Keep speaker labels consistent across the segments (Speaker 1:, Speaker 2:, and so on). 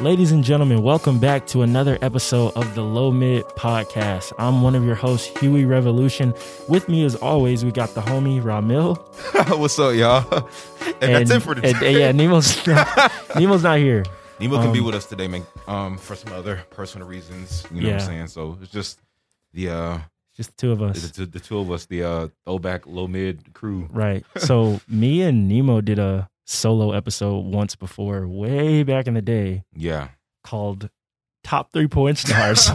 Speaker 1: Ladies and gentlemen, welcome back to another episode of the Low Mid Podcast. I'm one of your hosts, Huey Revolution. With me, as always, we got the homie Ramil.
Speaker 2: What's up, y'all? And, that's it for the
Speaker 1: and- and- yeah, Nemo's not, Nemo's not here.
Speaker 2: Nemo can be with us today, man. Um, for some other personal reasons, you know what
Speaker 1: Yeah.
Speaker 2: I'm saying. So it's just the uh,
Speaker 1: Just the two of
Speaker 2: the,
Speaker 1: us.
Speaker 2: the, the two of us, the uh, throwback low mid crew.
Speaker 1: Right. So me and Nemo did a solo episode once before, way back in the day,
Speaker 2: Yeah.
Speaker 1: called Top Three Porn Stars.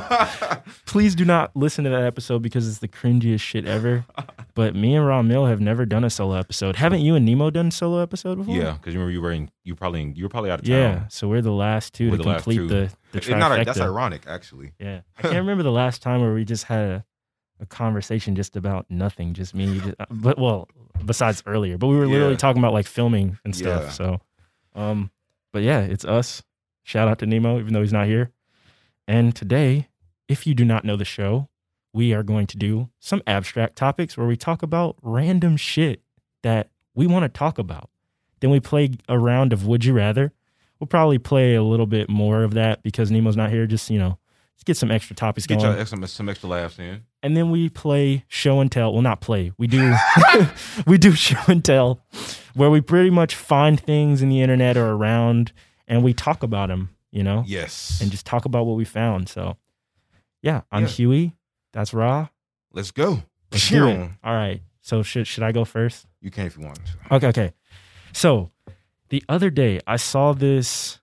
Speaker 1: Please do not listen to that episode because it's the cringiest shit ever. But me and Ron Mill have never done a solo episode. Haven't you and Nemo done a solo episode before?
Speaker 2: yeah, because you remember you were in, you probably in, you were probably out of town.
Speaker 1: Yeah. So we're the last 2
Speaker 2: We're
Speaker 1: to
Speaker 2: the last
Speaker 1: complete
Speaker 2: two.
Speaker 1: the the
Speaker 2: It's not
Speaker 1: trifecta.
Speaker 2: that's ironic, actually.
Speaker 1: Yeah. I can't remember the last time where we just had a, a conversation just about nothing, just me and you. Just, uh, but well, besides earlier, but we were literally
Speaker 2: Yeah.
Speaker 1: talking about like filming and stuff.
Speaker 2: Yeah.
Speaker 1: So, um, but yeah, it's us. Shout out to Nemo, even though he's not here. And today, if you do not know the show, we are going to do some abstract topics where we talk about random shit that we want to talk about. Then we play a round of Would You Rather. We'll probably play a little bit more of that because Nemo's not here. Just, you know, let's get some extra topics
Speaker 2: Let's get
Speaker 1: going.
Speaker 2: y'all some, some extra laughs in.
Speaker 1: and then we play show and tell. Well, not play. We do we do show and tell where we pretty much find things in the internet or around and we talk about them, you know, Oh.
Speaker 2: Yes.
Speaker 1: and just talk about what we found. So, yeah, I'm
Speaker 2: Yeah.
Speaker 1: Huey. That's Raw.
Speaker 2: Let's go.
Speaker 1: Let's do it.
Speaker 2: Pew.
Speaker 1: All right. So should should I go first?
Speaker 2: You can if you want. to.
Speaker 1: Okay, okay. So the other day I saw this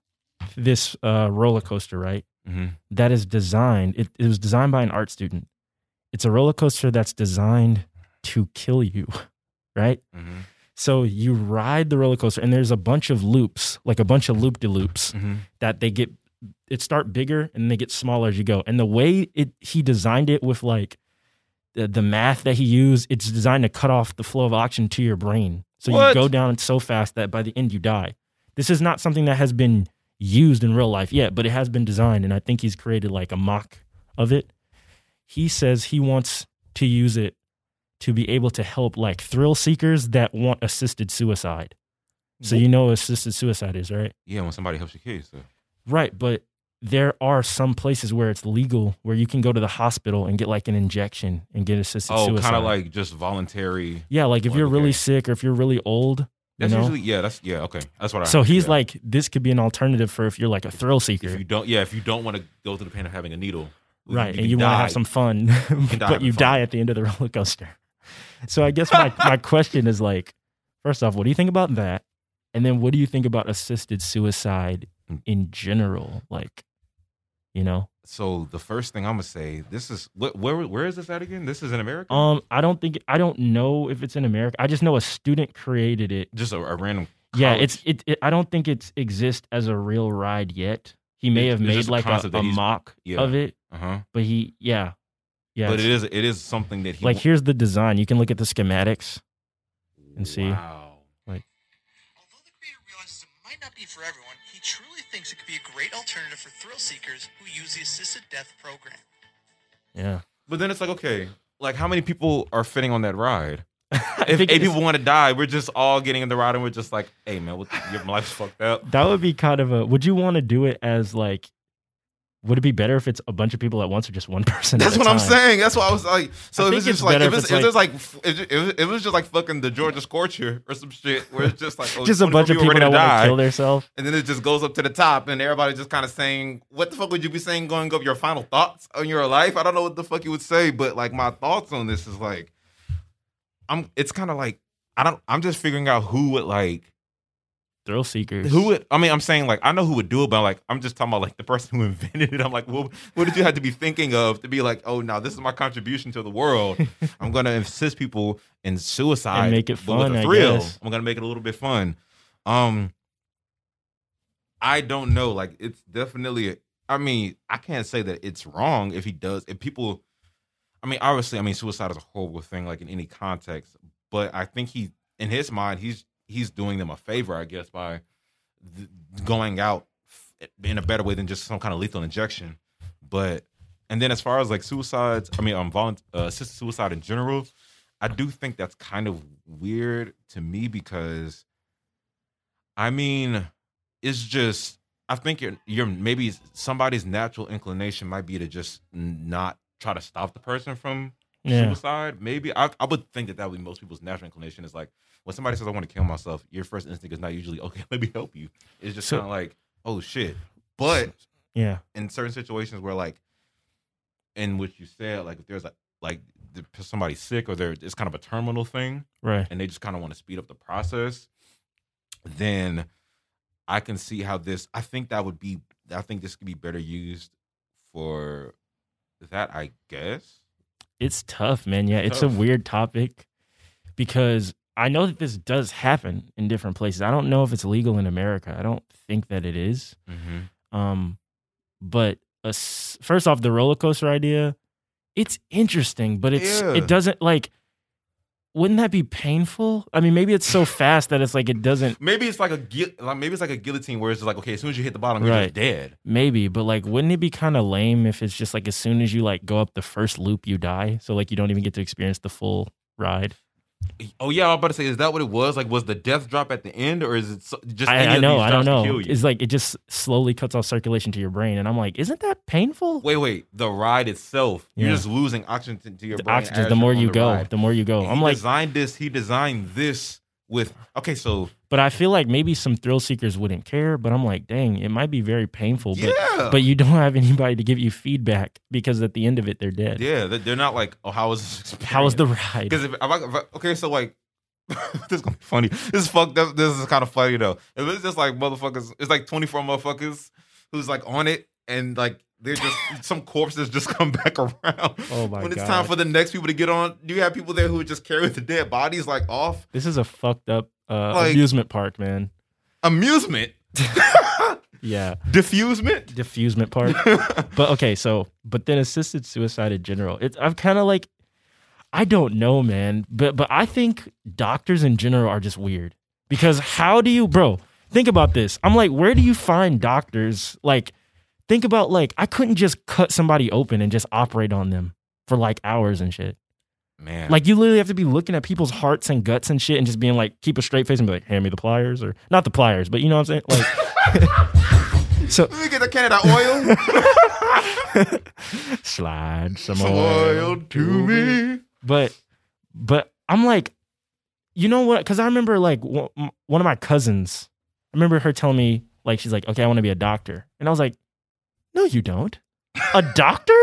Speaker 1: this uh, roller coaster, right?
Speaker 2: Mhm.
Speaker 1: That is designed. It, it was designed by an art student. It's a roller coaster that's designed to kill you, right?
Speaker 2: Mhm.
Speaker 1: So you ride the roller coaster, and there's a bunch of loops, like a bunch of loop de loops
Speaker 2: Mhm.
Speaker 1: that they get. It start bigger and they get smaller as you go. And the way it he designed it with like the, the math that he used, it's designed to cut off the flow of oxygen to your brain. So you
Speaker 2: What?
Speaker 1: go down so fast that by the end you die. This is not something that has been used in real life yet, but it has been designed, and I think he's created like a mock of it. He says he wants to use it to be able to help like thrill seekers that want assisted suicide. So you know what assisted suicide is, right?
Speaker 2: Yeah, when somebody helps your kids. So.
Speaker 1: Right, but there are some places where it's legal where you can go to the hospital and get like an injection and get assisted
Speaker 2: Oh,
Speaker 1: suicide.
Speaker 2: kind of like just voluntary.
Speaker 1: yeah, like if
Speaker 2: Well,
Speaker 1: you're really
Speaker 2: okay.
Speaker 1: sick or if you're really old. You
Speaker 2: That's
Speaker 1: know?
Speaker 2: usually yeah. That's yeah. Okay, that's what I.
Speaker 1: so he's
Speaker 2: yeah.
Speaker 1: like, this could be an alternative for if you're like a thrill
Speaker 2: if
Speaker 1: seeker,
Speaker 2: you don't yeah if you don't want to go through the pain of having a needle
Speaker 1: right?
Speaker 2: can
Speaker 1: and you want to
Speaker 2: die.
Speaker 1: have some fun,
Speaker 2: can die
Speaker 1: but you
Speaker 2: having fun.
Speaker 1: die at the end of the roller coaster. So I guess my my question is like, first off, what do you think about that? And then what do you think about assisted suicide in general? Like, you know,
Speaker 2: so the first thing i'm gonna say this is wh- where where is this at again this is in america
Speaker 1: Um, I don't think I don't know if it's in America. I just know a student created it.
Speaker 2: just a, a random
Speaker 1: Yeah,
Speaker 2: college.
Speaker 1: it's it, it. I don't think it's exist as a real ride yet. He may
Speaker 2: It's-
Speaker 1: have
Speaker 2: it's
Speaker 1: made
Speaker 2: just a
Speaker 1: like a,
Speaker 2: concept
Speaker 1: a
Speaker 2: that he's-
Speaker 1: mock
Speaker 2: yeah.
Speaker 1: of it,
Speaker 2: uh-huh
Speaker 1: but he yeah, yeah.
Speaker 2: but it
Speaker 1: it's-
Speaker 2: is it is something that he
Speaker 1: like here's the design. You can look at the schematics. and see.
Speaker 2: wow
Speaker 3: Although the creator realizes it might not be for everyone, he truly thinks it could be a great alternative for thrill seekers who use the assisted death program.
Speaker 1: Yeah,
Speaker 2: but then it's like okay like how many people are fitting on that ride if
Speaker 1: think
Speaker 2: eight
Speaker 1: it's-
Speaker 2: people want to die we're just all getting in the ride and we're just like hey man what, your life's fucked up
Speaker 1: that would be kind of a. Would you want to do it as like? Would it be better if it's a bunch of people at once or just one person? at
Speaker 2: That's
Speaker 1: a
Speaker 2: what I'm
Speaker 1: time?
Speaker 2: saying. That's what I was
Speaker 1: I
Speaker 2: like. So if
Speaker 1: think
Speaker 2: it's
Speaker 1: it's
Speaker 2: just like
Speaker 1: better
Speaker 2: if
Speaker 1: if
Speaker 2: it's,
Speaker 1: it's
Speaker 2: if it's like f- if it- if it- if it was just like fucking the Georgia Scorcher or some shit, where it's just like oh,
Speaker 1: Just a
Speaker 2: 24
Speaker 1: bunch of people
Speaker 2: ready
Speaker 1: that
Speaker 2: to
Speaker 1: want to
Speaker 2: die,
Speaker 1: kill themselves.
Speaker 2: and then it just goes up to the top, and everybody just kind of saying, "What the fuck would you be saying going up your final thoughts on your life?" I don't know what the fuck you would say, but like my thoughts on this is like, I'm. It's kind of like I don't. I'm just figuring out who would like
Speaker 1: Thrill seekers.
Speaker 2: who would I mean? I'm saying like I know who would do it, but like I'm just talking about like the person who invented it. I'm like, well, what did you have to be thinking of to be like, oh, now this is my contribution to the world. I'm gonna assist people in suicide
Speaker 1: And make it
Speaker 2: but with
Speaker 1: fun,
Speaker 2: a
Speaker 1: I
Speaker 2: thrill.
Speaker 1: guess.
Speaker 2: I'm gonna make it a little bit fun. Um, I don't know. Like it's definitely. I mean, I can't say that it's wrong if he does. If people, I mean, obviously, I mean, suicide is a horrible thing, like in any context. But I think he, in his mind, he's he's doing them a favor, I guess, by th- going out f- in a better way than just some kind of lethal injection. But and then as far as like suicides, I mean, um, volunt- uh, assisted suicide in general, I do think that's kind of weird to me because, I mean, it's just I think you're, you're maybe somebody's natural inclination might be to just not try to stop the person from
Speaker 1: Yeah.
Speaker 2: suicide. Maybe I, I would think that that would be most people's natural inclination is like when somebody says I want to kill myself, your first instinct is not usually okay. Let me help you. It's just
Speaker 1: So-
Speaker 2: kind of like oh shit. But
Speaker 1: Yeah.
Speaker 2: in certain situations where like in which you said like if there's a like the- somebody's sick or there it's kind of a terminal thing
Speaker 1: Right.
Speaker 2: and they just kind of want to speed up the process, then I can see how this. I think that would be. I think this could be better used for that. I guess.
Speaker 1: It's tough, man. Yeah, it's
Speaker 2: Tough.
Speaker 1: a weird topic because I know that this does happen in different places. I don't know if it's legal in America. I don't think that it is.
Speaker 2: Mm-hmm.
Speaker 1: Um, but a s first off, the roller coaster idea, it's interesting, but it's
Speaker 2: Yeah.
Speaker 1: it doesn't like. Wouldn't that be painful? I mean, maybe it's so fast that it's like it doesn't.
Speaker 2: Maybe it's like a guil- like maybe it's like a guillotine where it's just like okay, as soon as you hit the bottom, you're
Speaker 1: Right.
Speaker 2: just dead.
Speaker 1: Maybe, but like, wouldn't it be kind of lame if it's just like as soon as you like go up the first loop, you die? So like you don't even get to experience the full ride.
Speaker 2: Oh yeah, I was about to say, is that what it was? Like, was the death drop at the end, or is it so- just? any
Speaker 1: I, I
Speaker 2: of
Speaker 1: know,
Speaker 2: these
Speaker 1: I don't
Speaker 2: drops to
Speaker 1: know.
Speaker 2: kill you?
Speaker 1: It's like it just slowly cuts off circulation to your brain, and I'm like, isn't that painful?
Speaker 2: Wait, wait. The ride itself,
Speaker 1: Yeah.
Speaker 2: you're just losing oxygen to, to your
Speaker 1: the
Speaker 2: brain.
Speaker 1: oxygen.
Speaker 2: as
Speaker 1: The
Speaker 2: you're
Speaker 1: more
Speaker 2: on
Speaker 1: you
Speaker 2: the
Speaker 1: go,
Speaker 2: ride.
Speaker 1: the more you go. I'm
Speaker 2: he
Speaker 1: like,
Speaker 2: designed this. He designed this with okay. So
Speaker 1: but I feel like maybe some thrill seekers wouldn't care. But I'm like, dang, it might be very painful. But
Speaker 2: yeah,
Speaker 1: but you don't have anybody to give you feedback because at the end of it, they're dead.
Speaker 2: Yeah, they- they're not like, oh, how was this experience?
Speaker 1: How was the ride?
Speaker 2: Because if, if, I- if I- okay, so like, this is gonna be funny. This is fucked up. This is kind of funny though. If it's just like motherfuckers, it's like twenty four motherfuckers who's like on it, and like they're just some corpses just come back around.
Speaker 1: Oh my
Speaker 2: When it's
Speaker 1: God.
Speaker 2: time for the next people to get on, do you have people there who just carry the dead bodies like off
Speaker 1: This is a fucked up uh,
Speaker 2: Like-
Speaker 1: amusement park, man.
Speaker 2: amusement,
Speaker 1: Yeah,
Speaker 2: diffusement?
Speaker 1: diffusement park. but okay, so but then assisted suicide in general. It's I'm kind of like I don't know, man. But but I think doctors in general are just weird because how do you, bro? Think about this. I'm like, where do you find doctors? Like, think about like I couldn't just cut somebody open and just operate on them for like hours and shit.
Speaker 2: Man,
Speaker 1: Like you literally have to be looking at people's hearts and guts and shit and just being like, keep a straight face and be like, hand me the pliers or not the pliers, but you know what I'm saying? Like. So
Speaker 2: let me get a can of that oil.
Speaker 1: slide some,
Speaker 2: Some oil to me.
Speaker 1: but but I'm like, you know what? Because I remember like one one of my cousins. I remember her telling me like she's like, okay, I want to be a doctor, and I was like, no, you don't. A doctor?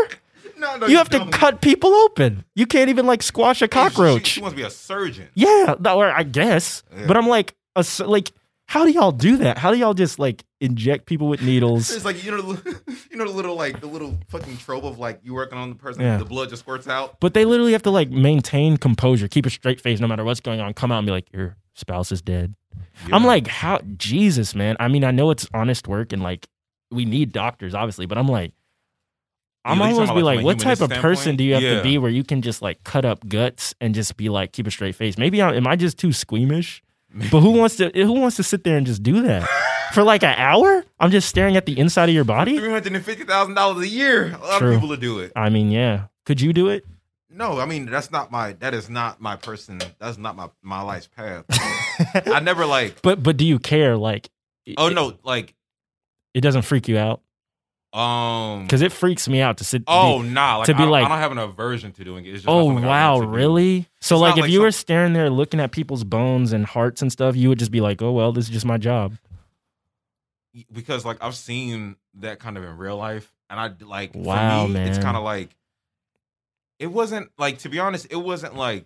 Speaker 2: No, no,
Speaker 1: you have to
Speaker 2: don't.
Speaker 1: cut people open. You can't even like squash a cockroach.
Speaker 2: She, she wants to be a surgeon.
Speaker 1: yeah, no, or I guess.
Speaker 2: Yeah.
Speaker 1: But I'm like, a, s- like, how do y'all do that? How do y'all just like inject people with needles?
Speaker 2: It's like you know, the li- you know the little like the little fucking trope of like you working on the person,
Speaker 1: Yeah.
Speaker 2: the blood just squirts out.
Speaker 1: But they literally have to like maintain composure, keep a straight face no matter what's going on. Come out and be like, your spouse is dead. I'm like, how Jesus, man. I mean, I know it's honest work and like we need doctors, obviously, but I'm like, I'm
Speaker 2: Yeah, you're talking
Speaker 1: almost
Speaker 2: about,
Speaker 1: be
Speaker 2: like,
Speaker 1: like,
Speaker 2: from a
Speaker 1: what type of
Speaker 2: humanistic
Speaker 1: person do you have to
Speaker 2: standpoint?
Speaker 1: be where you can just like cut up guts and just be like, keep a straight face? Maybe I, am I just too squeamish? But who wants to who wants to sit there and just do that for like an hour? I'm just staring at the inside of your body.
Speaker 2: three hundred and fifty thousand dollars a year. A lot
Speaker 1: True.
Speaker 2: of people to do it.
Speaker 1: I mean, yeah. Could you do it?
Speaker 2: No, I mean that's not my that is not my person. That's not my my life's path. I never like.
Speaker 1: But but do you care? Like,
Speaker 2: Oh
Speaker 1: it,
Speaker 2: no, like
Speaker 1: it doesn't freak you out
Speaker 2: um.
Speaker 1: because it freaks me out to sit.
Speaker 2: Oh nah, like,
Speaker 1: to
Speaker 2: to
Speaker 1: be
Speaker 2: be I, like
Speaker 1: like-
Speaker 2: I don't have an aversion to doing it. It's just not
Speaker 1: Oh
Speaker 2: something I
Speaker 1: wow,
Speaker 2: want to do.
Speaker 1: really? So
Speaker 2: It's
Speaker 1: like
Speaker 2: not
Speaker 1: if
Speaker 2: like
Speaker 1: you
Speaker 2: some-
Speaker 1: were staring there looking at people's bones and hearts and stuff, you would just be like, "Oh well, this is just my job."
Speaker 2: because like I've seen that kind of in real life, and I like
Speaker 1: Wow,
Speaker 2: for me, it's
Speaker 1: man.
Speaker 2: kind of like it wasn't like to be honest, it wasn't like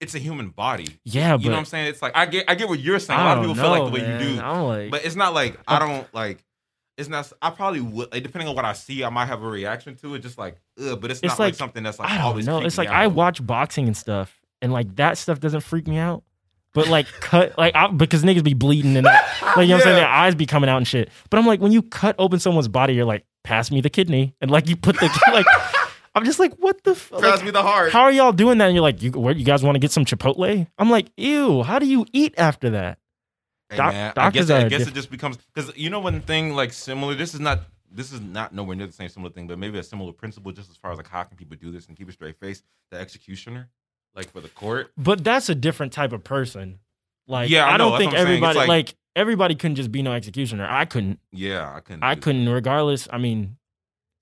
Speaker 2: it's a human body.
Speaker 1: Yeah, but
Speaker 2: you know what I'm saying? It's like I get I get what you're saying. A lot of
Speaker 1: I don't
Speaker 2: people feel
Speaker 1: know,
Speaker 2: like the way you
Speaker 1: man.
Speaker 2: do,
Speaker 1: I'm like,
Speaker 2: but it's not like I don't like. It's not. I probably would. Like, depending on what I see, I might have a reaction to it. Just like, ugh, but it's, not like,
Speaker 1: like-
Speaker 2: something that's like
Speaker 1: I
Speaker 2: always.
Speaker 1: don't know.
Speaker 2: creeped
Speaker 1: It's
Speaker 2: me
Speaker 1: like I
Speaker 2: out.
Speaker 1: watch boxing and stuff, and like that stuff doesn't freak me out. But like cut like I, because niggas be bleeding and that, like you know what I'm saying,
Speaker 2: Yeah.
Speaker 1: their eyes be coming out and shit. But I'm like, when you cut open someone's body, you're like, pass me the kidney, and like you put the like, I'm just like, what the fuck?
Speaker 2: Pass me the heart.
Speaker 1: how are y'all doing that? And you're like, you, where you guys want to get some Chipotle? I'm like, ew, how do you eat after that?
Speaker 2: Hey,
Speaker 1: Doc-
Speaker 2: man, I
Speaker 1: doctors
Speaker 2: guess, I
Speaker 1: are
Speaker 2: guess
Speaker 1: diff-
Speaker 2: it just becomes because you know one thing like similar. This is not this is not nowhere near the same similar thing, but maybe a similar principle just as far as like how can people do this and keep a straight face. The executioner, like for the court,
Speaker 1: But that's a different type of person. Like,
Speaker 2: Yeah, I
Speaker 1: I, don't
Speaker 2: know, that's
Speaker 1: think
Speaker 2: what I'm saying. It's
Speaker 1: everybody
Speaker 2: like-
Speaker 1: like, everybody couldn't just be no executioner. I couldn't.
Speaker 2: Yeah, I couldn't.
Speaker 1: I
Speaker 2: do that.
Speaker 1: couldn't, regardless. I mean,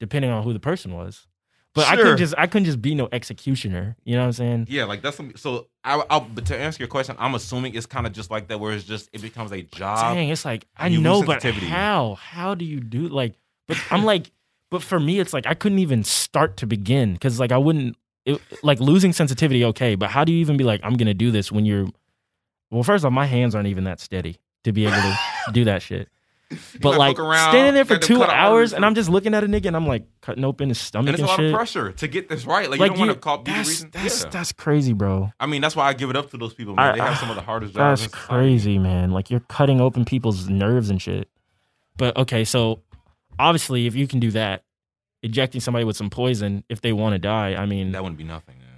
Speaker 1: depending on who the person was, but I couldn't
Speaker 2: Sure.
Speaker 1: just I couldn't just be no executioner. You know what I'm saying?
Speaker 2: Yeah, like that's some, so. I, I'll, but to answer your question, I'm assuming it's kind of just like that, where it's just it becomes a job.
Speaker 1: Dang, it's like I
Speaker 2: you lose
Speaker 1: know, but
Speaker 2: sensitivity.
Speaker 1: how? How do you do like? But I'm like, but for me, it's like I couldn't even start to begin because like I wouldn't it, like losing sensitivity. Okay, but how do you even be like I'm gonna do this when you're? Well, first off, my hands aren't even that steady to be able to do that shit.
Speaker 2: You
Speaker 1: But
Speaker 2: gotta
Speaker 1: like
Speaker 2: fuck around,
Speaker 1: standing there for
Speaker 2: let them
Speaker 1: two
Speaker 2: cut out
Speaker 1: hours,
Speaker 2: your-
Speaker 1: and I'm just looking at a nigga, and I'm like cutting open his
Speaker 2: and
Speaker 1: stomach
Speaker 2: it's a
Speaker 1: and,
Speaker 2: lot
Speaker 1: shit.
Speaker 2: of pressure to get this right. Like, you don't want to call be the
Speaker 1: that's,
Speaker 2: reason.
Speaker 1: That's
Speaker 2: yeah.
Speaker 1: that's crazy, bro.
Speaker 2: I mean, that's why I give it up to those people. Man.
Speaker 1: I-
Speaker 2: they have some of the hardest jobs.
Speaker 1: That's
Speaker 2: in society.
Speaker 1: crazy, man. Like you're cutting open people's nerves and shit. But okay, so obviously, if you can do that, ejecting somebody with some poison if they want to die, I mean,
Speaker 2: That wouldn't be nothing, man.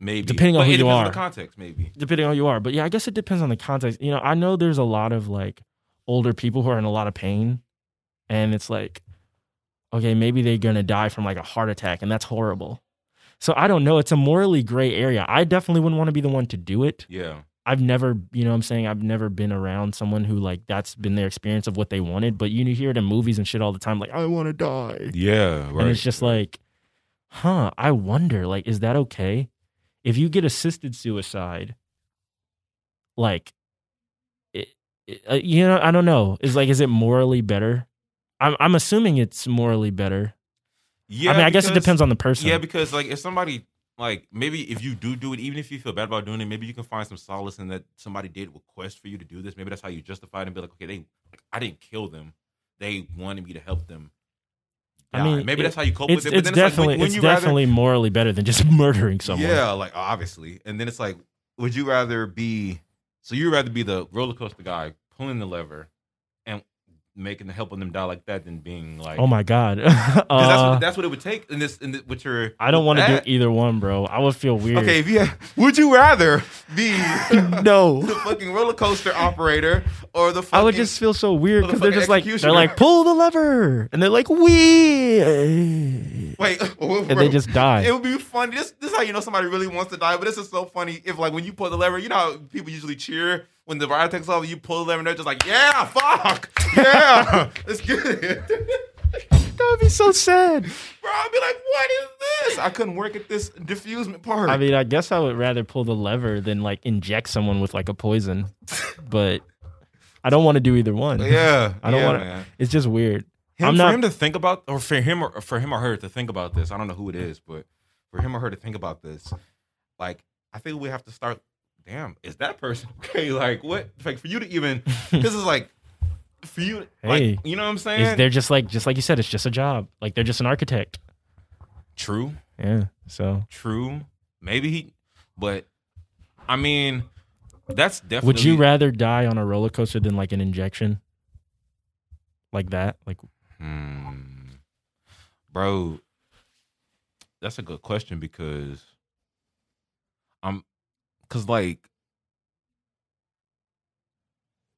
Speaker 2: Maybe
Speaker 1: Depending on
Speaker 2: But
Speaker 1: who you
Speaker 2: it depends on
Speaker 1: are.
Speaker 2: the context, maybe.
Speaker 1: depending on who you are. But yeah, I guess it depends on the context. You know, I know there's a lot of like older people who are in a lot of pain, and it's like, okay, maybe they're gonna die from like a heart attack, and that's horrible. So I don't know. It's a morally gray area. I definitely wouldn't want to be the one to do it.
Speaker 2: Yeah,
Speaker 1: I've never, you know what I'm saying? I've never been around someone who like that's been their experience of what they wanted, but you hear it in movies and shit all the time like I want to die.
Speaker 2: yeah, right.
Speaker 1: And it's just like huh, I wonder like is that okay? If you get assisted suicide like it, it- uh, you know, I don't know. Is like is it morally better? I'm I'm assuming it's morally better.
Speaker 2: yeah.
Speaker 1: I mean, I guess it
Speaker 2: because-
Speaker 1: depends on the person.
Speaker 2: Yeah, because like if somebody like maybe if you do do it, even if you feel bad about doing it, maybe you can find some solace in that somebody did request for you to do this. Maybe that's how you justify it and be like, okay, they like, I didn't kill them. They wanted me to help them.
Speaker 1: I
Speaker 2: die.
Speaker 1: mean,
Speaker 2: maybe
Speaker 1: it-
Speaker 2: that's how you cope
Speaker 1: it's,
Speaker 2: with it. But
Speaker 1: it's
Speaker 2: then
Speaker 1: definitely
Speaker 2: it's like, when,
Speaker 1: it's
Speaker 2: you rather
Speaker 1: definitely morally better than just murdering someone.
Speaker 2: Yeah, like obviously. And then it's like, would you rather be so you'd rather be the roller coaster guy pulling the lever and making the helping them die like that than being like
Speaker 1: Oh my god.
Speaker 2: 'cause that's,
Speaker 1: Uh,
Speaker 2: what, that's what it would take in this in the, with your
Speaker 1: I don't want to
Speaker 2: that.
Speaker 1: do either one, bro. I would feel weird.
Speaker 2: Okay, if you would you rather be the
Speaker 1: no.
Speaker 2: fucking roller coaster operator or the fucking
Speaker 1: I would just feel so weird because they're
Speaker 2: Motherfucking
Speaker 1: just like they're
Speaker 2: executioner.
Speaker 1: like pull the lever and they're like we and
Speaker 2: wait
Speaker 1: they just
Speaker 2: it
Speaker 1: die.
Speaker 2: would be funny. This, this is how you know somebody really wants to die. But this is so funny. If like when you pull the lever, you know how people usually cheer when the ride takes off. You pull the lever, and they're just like, "Yeah, fuck, yeah, let's get it."
Speaker 1: That would be so sad.
Speaker 2: Bro, I'd be like, "What is this? I couldn't work at this diffusement part."
Speaker 1: I mean, I guess I would rather pull the lever than like inject someone with like a poison, but I don't want to do either one.
Speaker 2: yeah,
Speaker 1: I don't
Speaker 2: yeah,
Speaker 1: want
Speaker 2: man.
Speaker 1: to. It's just weird.
Speaker 2: Him,
Speaker 1: I'm
Speaker 2: for
Speaker 1: not-
Speaker 2: him to think about, or for him, or for him or her to think about this. I don't know who it is, but for him or her to think about this, like I think we have to start. Damn, is that person okay? Like what? Like for you to even, this is like for you. Like,
Speaker 1: Hey.
Speaker 2: you know what I'm saying?
Speaker 1: It's, they're just like just like you said. It's just a job. Like they're just an architect.
Speaker 2: true,
Speaker 1: Yeah. So
Speaker 2: true. Maybe he, but I mean, that's definitely.
Speaker 1: Would you rather die on a roller coaster than like an injection? Like that? Like
Speaker 2: Hmm. Bro, that's a good question because I'm cuz like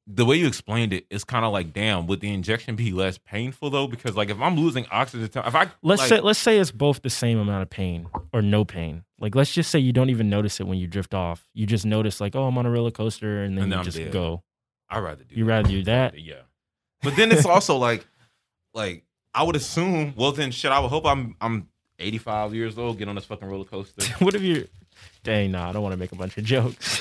Speaker 2: the way you explained it, it's kind of like damn, would the injection be less painful though because like if I'm losing oxygen to- if I
Speaker 1: let's
Speaker 2: like,
Speaker 1: say let's say it's both the same amount of pain or no pain. Like let's just say you don't even notice it when you drift off. You just notice like, oh I'm on a roller coaster and then
Speaker 2: And
Speaker 1: you
Speaker 2: I'm
Speaker 1: just
Speaker 2: dead.
Speaker 1: go.
Speaker 2: I'd rather do
Speaker 1: You
Speaker 2: that.
Speaker 1: rather do that?
Speaker 2: Yeah. But then it's also like like I would assume, well then shit, I would hope I'm I'm 85 years old, get on this fucking roller coaster.
Speaker 1: what if you dang nah, I don't want to make a bunch of jokes.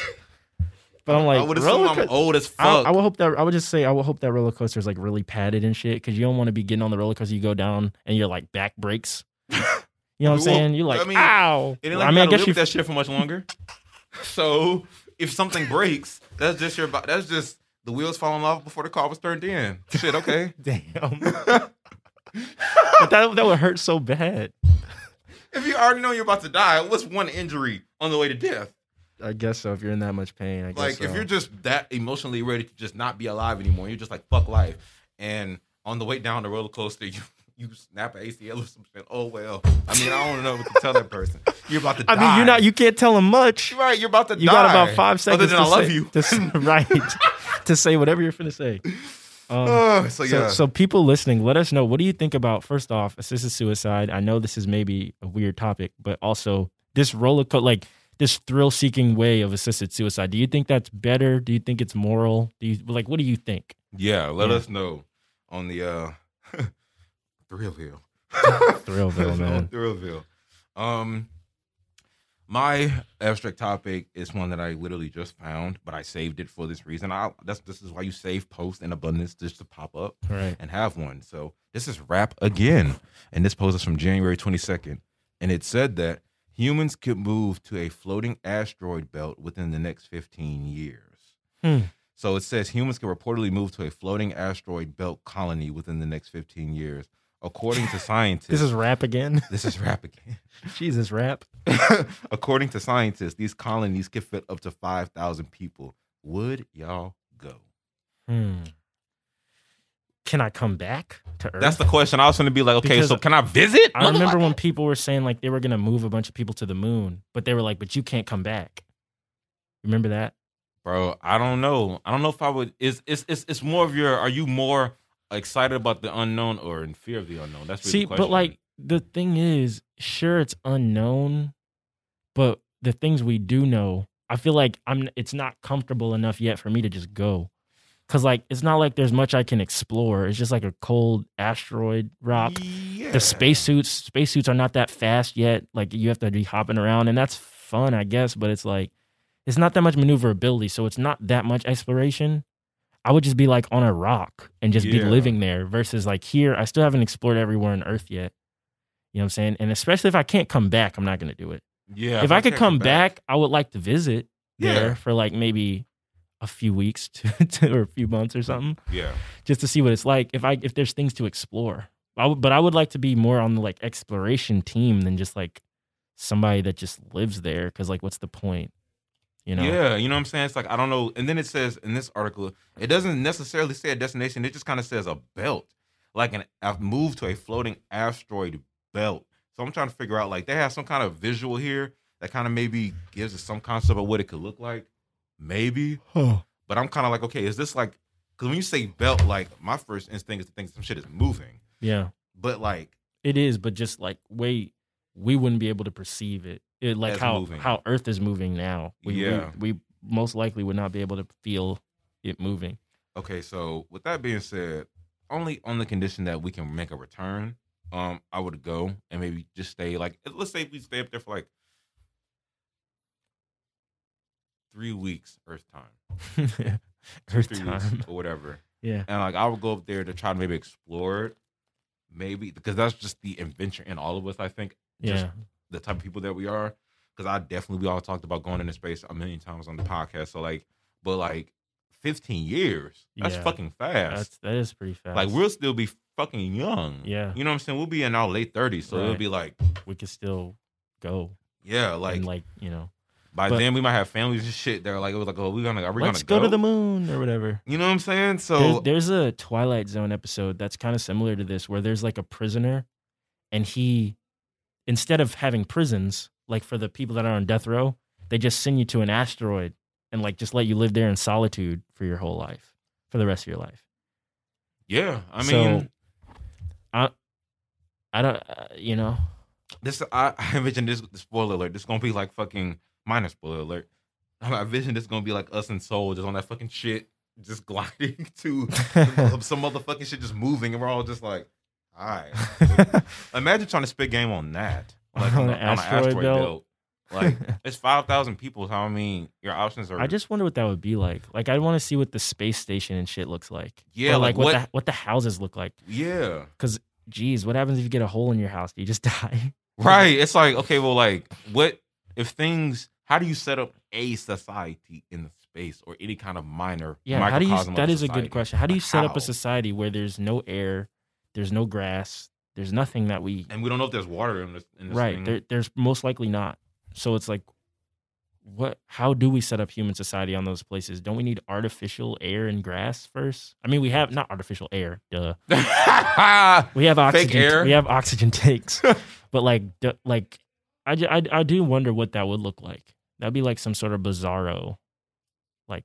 Speaker 1: but I'm like
Speaker 2: I would assume
Speaker 1: roller
Speaker 2: I'm
Speaker 1: co-
Speaker 2: old as
Speaker 1: I,
Speaker 2: fuck.
Speaker 1: I would hope that I would just say I would hope that roller coaster is like really padded and shit because you don't want to be getting on the roller coaster. You go down and your like back breaks. You know what I'm
Speaker 2: Well,
Speaker 1: saying? You're like,
Speaker 2: I mean,
Speaker 1: ow.
Speaker 2: And then, like,
Speaker 1: I mean, I guess you
Speaker 2: live with that shit for much longer. so if something breaks, that's just your. bo- That's just the wheels falling off before the car was turned in. Shit. Okay.
Speaker 1: damn.
Speaker 2: if
Speaker 1: but that that would hurt so bad.
Speaker 2: you already know you're about to die, what's one injury on the way to death?
Speaker 1: I guess so. If you're in that much pain, I guess
Speaker 2: Like if
Speaker 1: so.
Speaker 2: you're just that emotionally ready to just not be alive anymore, you're just like fuck life. And on the way down the roller coaster, you. You snap an ACL or some shit. Oh well. I mean, I don't know what to tell that person. You're about to.
Speaker 1: I mean, you're
Speaker 2: die.
Speaker 1: not. You can't tell him much.
Speaker 2: right. You're about to.
Speaker 1: You
Speaker 2: die.
Speaker 1: got about five
Speaker 2: Other
Speaker 1: seconds.
Speaker 2: than
Speaker 1: to
Speaker 2: I love
Speaker 1: say-
Speaker 2: you.
Speaker 1: to say- right? to say whatever you're finna say. Um,
Speaker 2: Oh, so
Speaker 1: so,
Speaker 2: yeah.
Speaker 1: so people listening, let us know what do you think about first off assisted suicide. I know this is maybe a weird topic, but also this roller coaster, like this thrill seeking way of assisted suicide. Do you think that's better? Do you think it's moral? Do you like what do you think?
Speaker 2: Yeah, let
Speaker 1: Yeah.
Speaker 2: us know on the uh Thrillville.
Speaker 1: Thrillville, man.
Speaker 2: Thrillville. Um my abstract topic is one that I literally just found, but I saved it for this reason. I that's this is why you save posts in abundance just to pop up
Speaker 1: All right.
Speaker 2: and have one. So this is rap again. And this post is from January 22nd. And it said that humans could move to a floating asteroid belt within the next 15 years.
Speaker 1: Hmm.
Speaker 2: So it says humans can reportedly move to a floating asteroid belt colony within the next 15 years. According to scientists,
Speaker 1: This is rap again.
Speaker 2: this is rap again.
Speaker 1: Jesus rap.
Speaker 2: According to scientists, these colonies can fit up to 5,000 people. Would y'all go?
Speaker 1: Hmm. Can I come back to Earth?
Speaker 2: That's the question. I was going to be like, okay,
Speaker 1: Because
Speaker 2: so can I visit?
Speaker 1: I remember when people were saying like they were gonna move a bunch of people to the moon, but they were like, "But you can't come back." Remember that?
Speaker 2: Bro, I don't know. I don't know if I would. Is it's it's it's more of your. Are you more excited about the unknown or in fear of the unknown? That's really
Speaker 1: See,
Speaker 2: the
Speaker 1: but
Speaker 2: question.
Speaker 1: like the thing is, sure it's unknown, but the things we do know, I feel like I'm it's not comfortable enough yet for me to just go. Cause like it's not like there's much I can explore. It's just like a cold asteroid rock.
Speaker 2: yeah.
Speaker 1: The spacesuits, spacesuits are not that fast yet. Like you have to be hopping around, and that's fun, I guess. But it's like it's not that much maneuverability, so it's not that much exploration. I would just be like on a rock and just
Speaker 2: Yeah.
Speaker 1: be living there versus like here. I still haven't explored everywhere on Earth yet. You know what I'm saying? And especially if I can't come back, I'm not going to do it.
Speaker 2: Yeah,
Speaker 1: if I could
Speaker 2: can't
Speaker 1: come back, I would like to visit
Speaker 2: Yeah.
Speaker 1: there for like maybe a few weeks to, to, or a few months or something
Speaker 2: yeah,
Speaker 1: just to see what it's like if i if there's things to explore I would but i would like to be more on the like exploration team than just like somebody that just lives there because like what's the point you know
Speaker 2: yeah, you know what I'm saying? It's like I don't know. And then it says in this article, it doesn't necessarily say a destination. It just kind of says a belt, like an I've moved to a floating asteroid belt. So I'm trying to figure out like they have some kind of visual here that kind of maybe gives us some concept of what it could look like, maybe. But I'm kind of like, okay, is this like? Because when you say belt, like my first instinct is to think some shit is moving.
Speaker 1: yeah
Speaker 2: But like,
Speaker 1: it is but just like wait we wouldn't be able to perceive it, it like
Speaker 2: As
Speaker 1: how
Speaker 2: moving.
Speaker 1: how earth is moving now we, we-
Speaker 2: Yeah.
Speaker 1: we most likely would not be able to feel it moving
Speaker 2: Okay, so with that being said, only on the condition that we can make a return, um, I would go and maybe just stay like let's say we stay up there for like three weeks Earth time. Two,
Speaker 1: earth
Speaker 2: three
Speaker 1: time
Speaker 2: weeks or whatever.
Speaker 1: yeah
Speaker 2: And like I would go up there to try to maybe explore it. Maybe because that's just the adventure in all of us, I think. Just
Speaker 1: yeah
Speaker 2: the type of people that we are. Because I definitely we all talked about going into space a million times on the podcast. So like, but like 15 years. That's
Speaker 1: Yeah.
Speaker 2: fucking fast.
Speaker 1: that's that is pretty fast
Speaker 2: Like we'll still be fucking young.
Speaker 1: Yeah.
Speaker 2: You know what I'm saying? We'll be in our late 30s. So it'll
Speaker 1: Right.
Speaker 2: be like,
Speaker 1: we could still go
Speaker 2: yeah, like,
Speaker 1: and like you know
Speaker 2: by
Speaker 1: but-
Speaker 2: then we might have families and shit. They're like, it was like, oh, we're gonna, are we
Speaker 1: let's
Speaker 2: gonna
Speaker 1: go? to the moon or whatever.
Speaker 2: You know what I'm saying? So
Speaker 1: there's, there's a Twilight Zone episode that's kind of similar to this, where there's like a prisoner, and he, instead of having prisons like for the people that are on death row, they just send you to an asteroid and like just let you live there in solitude for your whole life, for the rest of your life.
Speaker 2: yeah, I
Speaker 1: So-
Speaker 2: mean,
Speaker 1: I don't, uh, you know,
Speaker 2: this I, I envision this spoiler alert. This gonna be like fucking minor spoiler alert. I envision this gonna be like us and Soul just on that fucking shit, just gliding to some motherfucking shit, just moving, and we're all just like, all right. Imagine trying to spit game on that, like on,
Speaker 1: On
Speaker 2: a-
Speaker 1: an
Speaker 2: on an
Speaker 1: asteroid
Speaker 2: asteroid,
Speaker 1: belt.
Speaker 2: belt. Like it's five thousand people. So I mean, your options are.
Speaker 1: I just wonder what that would be like. Like, I want to see what the space station and shit looks like. Or,
Speaker 2: Yeah, like,
Speaker 1: like, what
Speaker 2: what-
Speaker 1: the, what the houses look like.
Speaker 2: yeah,
Speaker 1: Geez, what happens if you get a hole in your house? Do you just die?
Speaker 2: right. It's like okay, well, like what if things? How do you set up a society in the space or any kind of minor?
Speaker 1: Yeah, how do you?
Speaker 2: microcosm of
Speaker 1: That is a
Speaker 2: society?
Speaker 1: good question. How do you
Speaker 2: Like,
Speaker 1: set up
Speaker 2: how?
Speaker 1: a society where there's no air, there's no grass, there's nothing that we
Speaker 2: And we don't know if there's water in this. In this
Speaker 1: right?
Speaker 2: thing.
Speaker 1: There, there's most likely not. So it's like, what? How do we set up human society on those places? Don't we need artificial air and grass first? I mean, we have not artificial air. Duh. We have
Speaker 2: Fake
Speaker 1: oxygen.
Speaker 2: air?
Speaker 1: We have oxygen tanks. but like, d- like, I, ju- I I do wonder what that would look like. That'd be like some sort of bizarro, like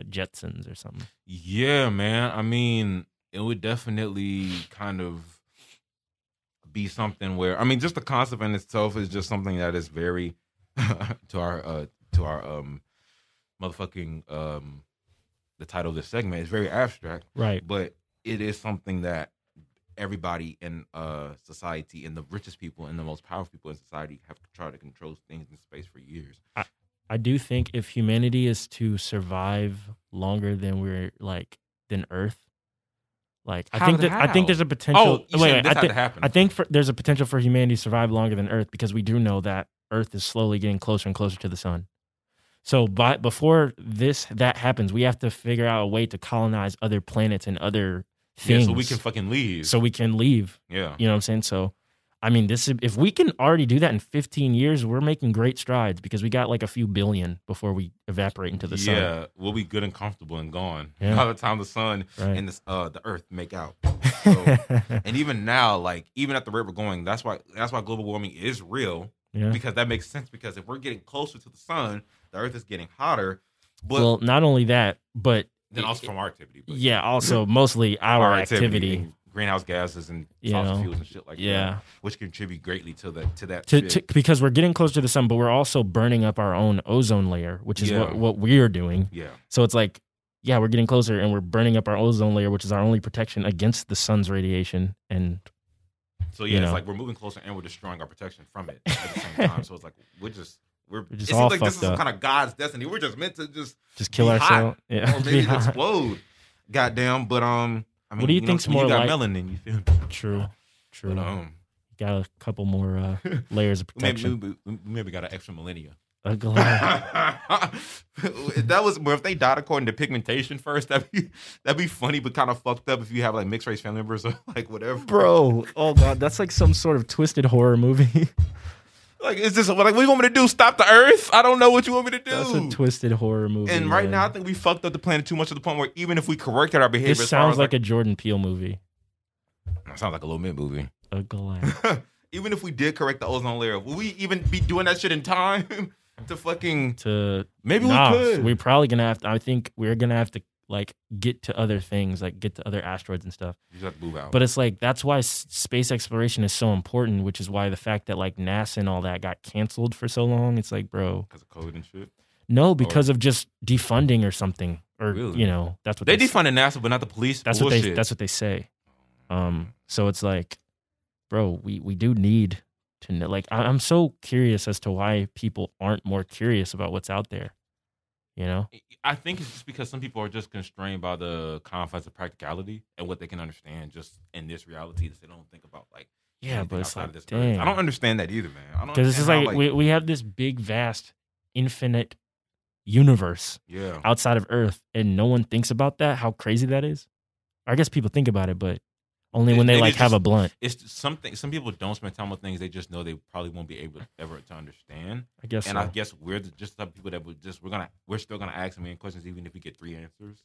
Speaker 1: a Jetsons or something.
Speaker 2: yeah, man. I mean, it would definitely kind of be something where I mean, just the concept in itself is just something that is very to our uh to our um motherfucking um the title of this segment. It's very abstract,
Speaker 1: Right.
Speaker 2: but it is something that everybody in uh society and the richest people and the most powerful people in society have tried to control things in space for years.
Speaker 1: I do think if humanity is to survive longer than we're like than Earth, like I
Speaker 2: How-
Speaker 1: think that I
Speaker 2: how?
Speaker 1: think there's a potential.
Speaker 2: you
Speaker 1: Oh, wait, wait,
Speaker 2: said this
Speaker 1: I
Speaker 2: had
Speaker 1: think
Speaker 2: to happen.
Speaker 1: I think for, there's a potential for humanity to survive longer than Earth because we do know that Earth is slowly getting closer and closer to the sun. So, by, before this that happens, we have to figure out a way to colonize other planets and other
Speaker 2: yeah,
Speaker 1: things,
Speaker 2: so we can fucking leave.
Speaker 1: so we can leave.
Speaker 2: yeah,
Speaker 1: You know what I'm saying? So, I mean, this is, if we can already do that in 15 years, we're making great strides because we got like a few billion before we evaporate into the sun.
Speaker 2: yeah, we'll be good and comfortable and gone
Speaker 1: Yeah.
Speaker 2: by the time the sun
Speaker 1: Right.
Speaker 2: and the, uh, the Earth make out. So, and even now, like even at the rate we're going, that's why that's why global warming is real
Speaker 1: yeah.
Speaker 2: because that makes sense. Because if we're getting closer to the sun, the Earth is getting hotter, but
Speaker 1: well, not only that, but
Speaker 2: then also from our activity. But
Speaker 1: yeah, also mostly our, activity.
Speaker 2: and greenhouse gases, and
Speaker 1: You
Speaker 2: fossil
Speaker 1: know,
Speaker 2: fuels and shit like that,
Speaker 1: yeah.
Speaker 2: which contribute greatly to that to that.
Speaker 1: To,
Speaker 2: shit.
Speaker 1: to, because we're getting close to the sun, but we're also burning up our own ozone layer, which is
Speaker 2: Yeah.
Speaker 1: what, what we're doing.
Speaker 2: yeah,
Speaker 1: So it's like, yeah, we're getting closer and we're burning up our ozone layer, which is our only protection against the sun's radiation. And
Speaker 2: so yeah,
Speaker 1: You
Speaker 2: it's
Speaker 1: know.
Speaker 2: like we're moving closer and we're destroying our protection from it at the same time. So it's like we're just. We're,
Speaker 1: We're just
Speaker 2: it
Speaker 1: all
Speaker 2: seems like this
Speaker 1: fucked
Speaker 2: is some
Speaker 1: up.
Speaker 2: kind of God's destiny. We're just meant to just
Speaker 1: just kill
Speaker 2: Be hot.
Speaker 1: ourselves. Yeah.
Speaker 2: or
Speaker 1: Be
Speaker 2: maybe
Speaker 1: hot.
Speaker 2: explode. Goddamn, but um, I mean,
Speaker 1: What do you
Speaker 2: know,
Speaker 1: think's
Speaker 2: when you
Speaker 1: more
Speaker 2: got
Speaker 1: like-
Speaker 2: melanin? You feel me?
Speaker 1: True. True.
Speaker 2: But, um,
Speaker 1: got a couple more uh,
Speaker 2: we
Speaker 1: layers of
Speaker 2: maybe,
Speaker 1: protection.
Speaker 2: we- we maybe got an extra millennia.
Speaker 1: A gla-
Speaker 2: that was well, if they died according to pigmentation first. That'd be that'd be funny, but kind of fucked up if you have like mixed race family members or like whatever.
Speaker 1: Bro, oh god, that's like some sort of twisted horror movie.
Speaker 2: Like, is this like what do you want me to do? Stop the Earth? I don't know what you want me to do.
Speaker 1: that's a twisted horror movie.
Speaker 2: and right
Speaker 1: man.
Speaker 2: now, I think we fucked up the planet too much to the point where even if we corrected our behavior,
Speaker 1: this sounds like, a Jordan Peele movie.
Speaker 2: a sounds like a little mid movie.
Speaker 1: A gla-
Speaker 2: even if we did correct the ozone layer, would we even be doing that shit in time to fucking?
Speaker 1: to
Speaker 2: Maybe
Speaker 1: nah,
Speaker 2: we could.
Speaker 1: We're probably gonna have to. I think we're gonna have to like get to other things, like get to other asteroids and stuff.
Speaker 2: you just have to move out.
Speaker 1: But it's like that's why s- space exploration is so important, which is why the fact that like NASA and all that got canceled for so long. It's like, bro,
Speaker 2: because of code and shit.
Speaker 1: no, because of just defunding or something, or
Speaker 2: Oh, Really?
Speaker 1: you know, that's what
Speaker 2: They
Speaker 1: they
Speaker 2: defunded NASA, but not the police.
Speaker 1: That's
Speaker 2: Bullshit. Oh,
Speaker 1: what they that's what they say. Um, so it's like, bro, we we do need to know. Like, I, I'm so curious as to why people aren't more curious about what's out there. You know,
Speaker 2: I think it's just because some people are just constrained by the confines of practicality and what they can understand just in this reality that they don't think about like
Speaker 1: yeah,
Speaker 2: anything
Speaker 1: but it's
Speaker 2: outside
Speaker 1: like,
Speaker 2: of this earth.
Speaker 1: dang,
Speaker 2: I don't understand that either, man. I don't
Speaker 1: because this is
Speaker 2: understand
Speaker 1: like,
Speaker 2: how,
Speaker 1: we we have this big, vast, infinite universe
Speaker 2: yeah.
Speaker 1: outside of Earth, and no one thinks about that. How crazy that is! I guess people think about it, but only
Speaker 2: It-
Speaker 1: when they
Speaker 2: it
Speaker 1: like
Speaker 2: is
Speaker 1: have
Speaker 2: just-
Speaker 1: a blunt.
Speaker 2: It's something. Some people don't spend time with things they just know they probably won't be able ever to understand.
Speaker 1: I guess.
Speaker 2: And
Speaker 1: so.
Speaker 2: I guess we're the, just the type of people that would just we're gonna we're still gonna ask a million questions even if we get three answers.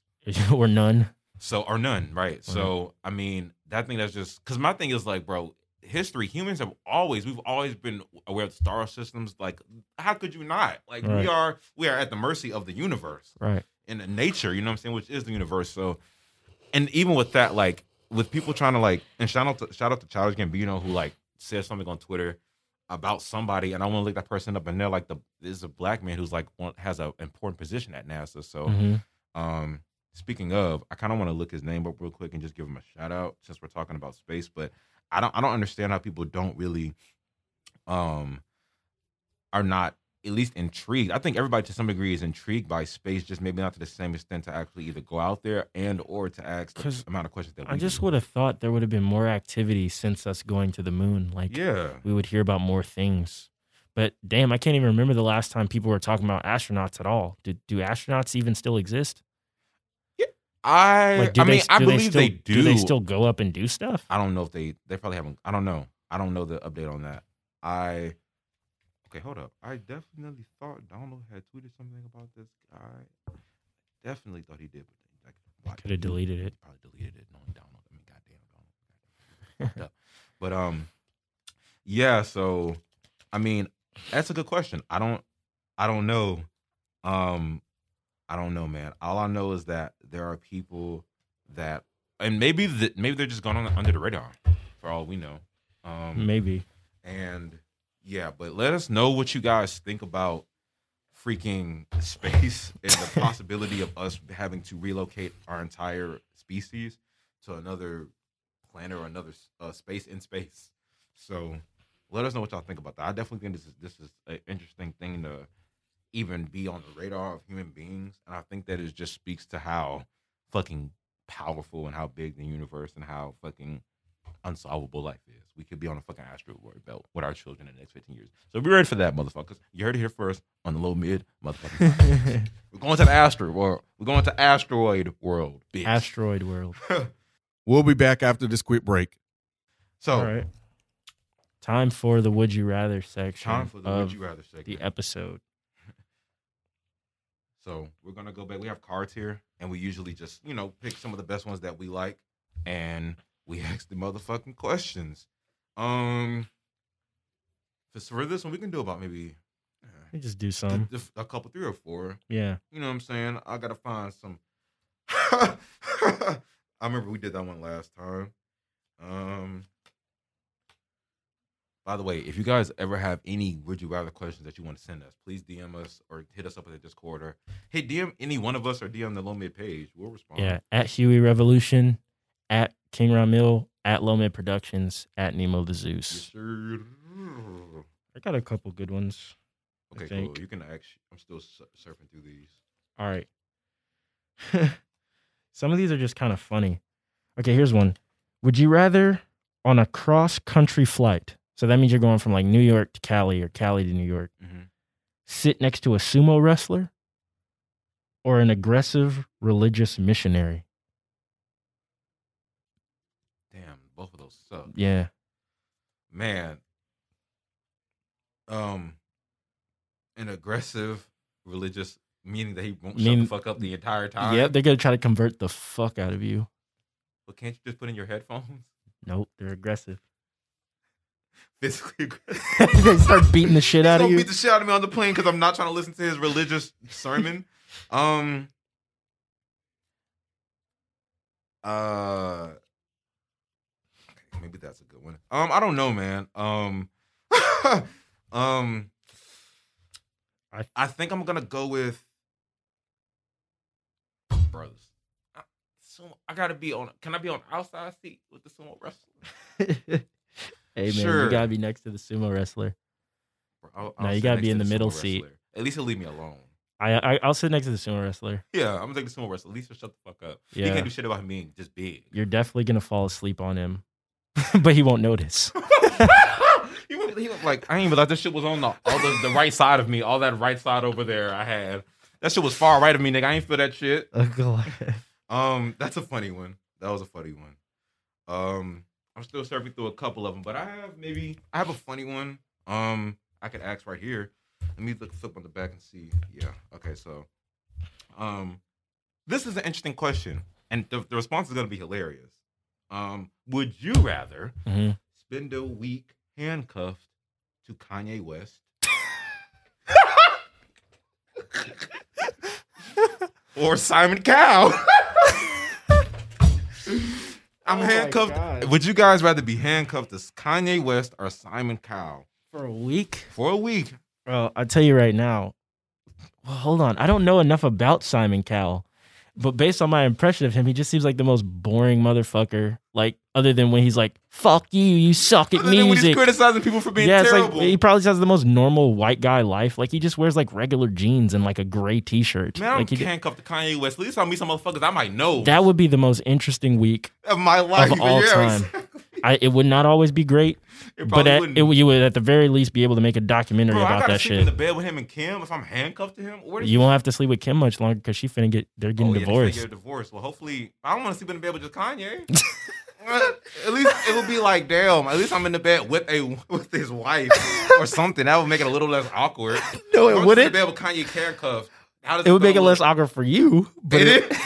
Speaker 1: or none.
Speaker 2: So or none, right? So I mean, that thing that's just because my thing is like, bro, history. Humans have always we've always been aware of star systems. Like, how could you not? Like,
Speaker 1: Right.
Speaker 2: we are we are at the mercy of the universe
Speaker 1: Right.
Speaker 2: and nature. You know what I'm saying? Which is the universe. So, and even with that, like with people trying to like and shout out to, shout out to Childish Gambino who like said something on Twitter about somebody, and I want to look that person up, and they're like the this is a black man who's like one, has an important position at NASA. So.
Speaker 1: Mhm.
Speaker 2: Um, speaking of, I kind of want to look his name up real quick and just give him a shout out since we're talking about space. But I don't, I don't understand how people don't really, um, are not at least intrigued. I think everybody to some degree is intrigued by space, just maybe not to the same extent to actually either go out there and or to ask the
Speaker 1: 'Cause
Speaker 2: amount of questions that
Speaker 1: I
Speaker 2: we
Speaker 1: just
Speaker 2: do.
Speaker 1: would have thought there would have been more activity since us going to the moon. Like
Speaker 2: yeah.
Speaker 1: we would hear about more things. But damn, I can't even remember the last time people were talking about astronauts at all. Do, do astronauts even still exist?
Speaker 2: I,
Speaker 1: Like, do
Speaker 2: Eh, I mean,
Speaker 1: they,
Speaker 2: I
Speaker 1: do
Speaker 2: believe
Speaker 1: they, still,
Speaker 2: they do.
Speaker 1: they still go up and do stuff?
Speaker 2: I don't know if they they probably haven't. I don't know. I don't know the update on that. I okay, hold up. I definitely thought Donald had tweeted something about this guy. Definitely thought he did, but like why
Speaker 1: Could have
Speaker 2: did he-
Speaker 1: deleted it.
Speaker 2: he Probably deleted it. Knowing Donald, I mean, goddamn Donald. Fucked up. but um, yeah. So I mean, that's a good question. I don't. I don't know. Um, I don't know, man. All I know is that there are people that, and maybe that maybe they're just going on under the radar, for all we know. Um,
Speaker 1: Maybe.
Speaker 2: and yeah, but let us know what you guys think about freaking space and the possibility of us having to relocate our entire species to another planet or another uh, space in space. So let us know what y'all think about that. I definitely think this is this is an interesting thing to even be on the radar of human beings, and I think that it just speaks to how fucking powerful and how big the universe and how fucking unsolvable life is. We could be on a fucking asteroid belt with our children in the next 15 years. So be ready for that, motherfuckers. You heard it here first on the low mid motherfucking. podcast. we're going to the asteroid world. We're going to asteroid world, bitch.
Speaker 1: Asteroid world.
Speaker 4: We'll be back after this quick break.
Speaker 2: so Oh.
Speaker 1: All right. Time for the would you rather section
Speaker 2: time for the
Speaker 1: of
Speaker 2: would you rather segment.
Speaker 1: the episode.
Speaker 2: So we're gonna go back. We have cards here, and we usually just you know pick some of the best ones that we like, and we ask the motherfucking questions. Um, for- for this one, we can do about maybe uh,
Speaker 1: Let me just do
Speaker 2: th-
Speaker 1: some.
Speaker 2: th- a couple, three or four.
Speaker 1: Yeah.
Speaker 2: You know what I'm saying? I gotta find some. I remember we did that one last time. Um. By the way, if you guys ever have any would you rather questions that you want to send us, please DM us or hit us up at the Discord or hey DM any one of us or DM the low mid page. We'll respond.
Speaker 1: Yeah. At Huey Revolution, at King Ramil, at Lomid Productions, at Nemo the
Speaker 2: Yes,
Speaker 1: Zeus.
Speaker 2: sir.
Speaker 1: I got a couple good ones. I
Speaker 2: Okay,
Speaker 1: think.
Speaker 2: cool. You can actually. I'm still sur- surfing through these.
Speaker 1: All right. Some of these are just kind of funny. Okay, here's one. Would you rather on a cross country flight? So that means you're going from like New York to Cali or Cali to New York. Sit next to a sumo wrestler or an aggressive religious missionary?
Speaker 2: Damn, both of those suck.
Speaker 1: Yeah.
Speaker 2: man um an aggressive religious meaning that he won't shut
Speaker 1: Mean-
Speaker 2: the fuck up the entire time
Speaker 1: Yep, they're going to try to convert the fuck out of you.
Speaker 2: but can't you just put in your headphones
Speaker 1: Nope, they're aggressive.
Speaker 2: physically aggressive
Speaker 1: they start beating the shit
Speaker 2: He's
Speaker 1: out of
Speaker 2: gonna
Speaker 1: you.
Speaker 2: beat the shit out of me on the plane because i'm not trying to listen to his religious sermon um uh okay, maybe that's a good one um i don't know man um um
Speaker 1: I-
Speaker 2: I think I'm gonna go with brothers. I, sumo- I gotta be on. Can I be on outside seat with the sumo wrestler?
Speaker 1: hey, man,
Speaker 2: Sure.
Speaker 1: you got to be next to the sumo wrestler.
Speaker 2: Bro, I'll-
Speaker 1: No,
Speaker 2: I'll
Speaker 1: you
Speaker 2: sit
Speaker 1: gotta
Speaker 2: next
Speaker 1: be in
Speaker 2: to
Speaker 1: the middle
Speaker 2: sumo
Speaker 1: seat.
Speaker 2: wrestler. At least he'll leave me alone.
Speaker 1: I, I, I'll sit next to the sumo wrestler.
Speaker 2: Yeah, I'm gonna take the sumo wrestler. At least he'll shut the fuck up. He
Speaker 1: Yeah.
Speaker 2: can't do shit about him being just big.
Speaker 1: you're definitely gonna fall asleep on him, but he won't notice.
Speaker 2: he, was, he was like, I ain't even realize this shit was on the, all the, the right side of me. All that right side over there I had. That shit was far right of me, nigga. I ain't feel that shit. Um, that's a funny one. That was a funny one. Um, I'm still surfing through a couple of them, but I have maybe I have a funny one. Um, I could ask right here. Let me look flip on the back and see. Yeah. Okay. So, um, this is an interesting question, and the, the response is gonna be hilarious. Um, would you rather
Speaker 1: Mhm.
Speaker 2: spend a week handcuffed to Kanye West, or Simon Cowell?
Speaker 1: Oh
Speaker 2: I'm
Speaker 1: my
Speaker 2: handcuffed.
Speaker 1: God.
Speaker 2: Would you guys rather be handcuffed to Kanye West or Simon Cowell
Speaker 1: For a week,
Speaker 2: for a week?
Speaker 1: bro. I tell you right now. Well, hold on. I don't know enough about Simon Cowell, but based on my impression of him, he just seems like the most boring motherfucker. Like, other than when he's like, "Fuck you, you suck at
Speaker 2: Other than when he's
Speaker 1: music."
Speaker 2: criticizing people for being
Speaker 1: Yeah, it's like
Speaker 2: terrible.
Speaker 1: he probably has the most normal white guy life. Like he just wears like regular jeans and like a gray t-shirt.
Speaker 2: Man, I'm
Speaker 1: like he,
Speaker 2: handcuffed to Kanye West. At least I'll meet some motherfuckers I might know
Speaker 1: that would be the most interesting week
Speaker 2: of my life.
Speaker 1: of all
Speaker 2: yeah,
Speaker 1: time.
Speaker 2: exactly.
Speaker 1: I, it would not always be great,
Speaker 2: It
Speaker 1: but
Speaker 2: probably
Speaker 1: at,
Speaker 2: wouldn't.
Speaker 1: it, you would at the very least be able to make a documentary
Speaker 2: Bro, I
Speaker 1: about
Speaker 2: gotta
Speaker 1: that
Speaker 2: sleep in
Speaker 1: shit.
Speaker 2: the bed with him and Kim if I'm handcuffed to him. Where does
Speaker 1: You won't have to sleep with Kim much longer because she finna get they're getting
Speaker 2: oh, yeah, they say
Speaker 1: divorced.
Speaker 2: you're divorced. Well, hopefully, I don't want to sleep in the bed with just Kanye. at least it would be like, damn. At least I'm in the bed with a with his wife or something. That would make it a little less awkward.
Speaker 1: no,
Speaker 2: I'm
Speaker 1: it
Speaker 2: In
Speaker 1: wouldn't.
Speaker 2: the bed with Kanye handcuffed. How does
Speaker 1: It would make it
Speaker 2: feel?
Speaker 1: less awkward for you, but
Speaker 2: It
Speaker 1: it-
Speaker 2: is.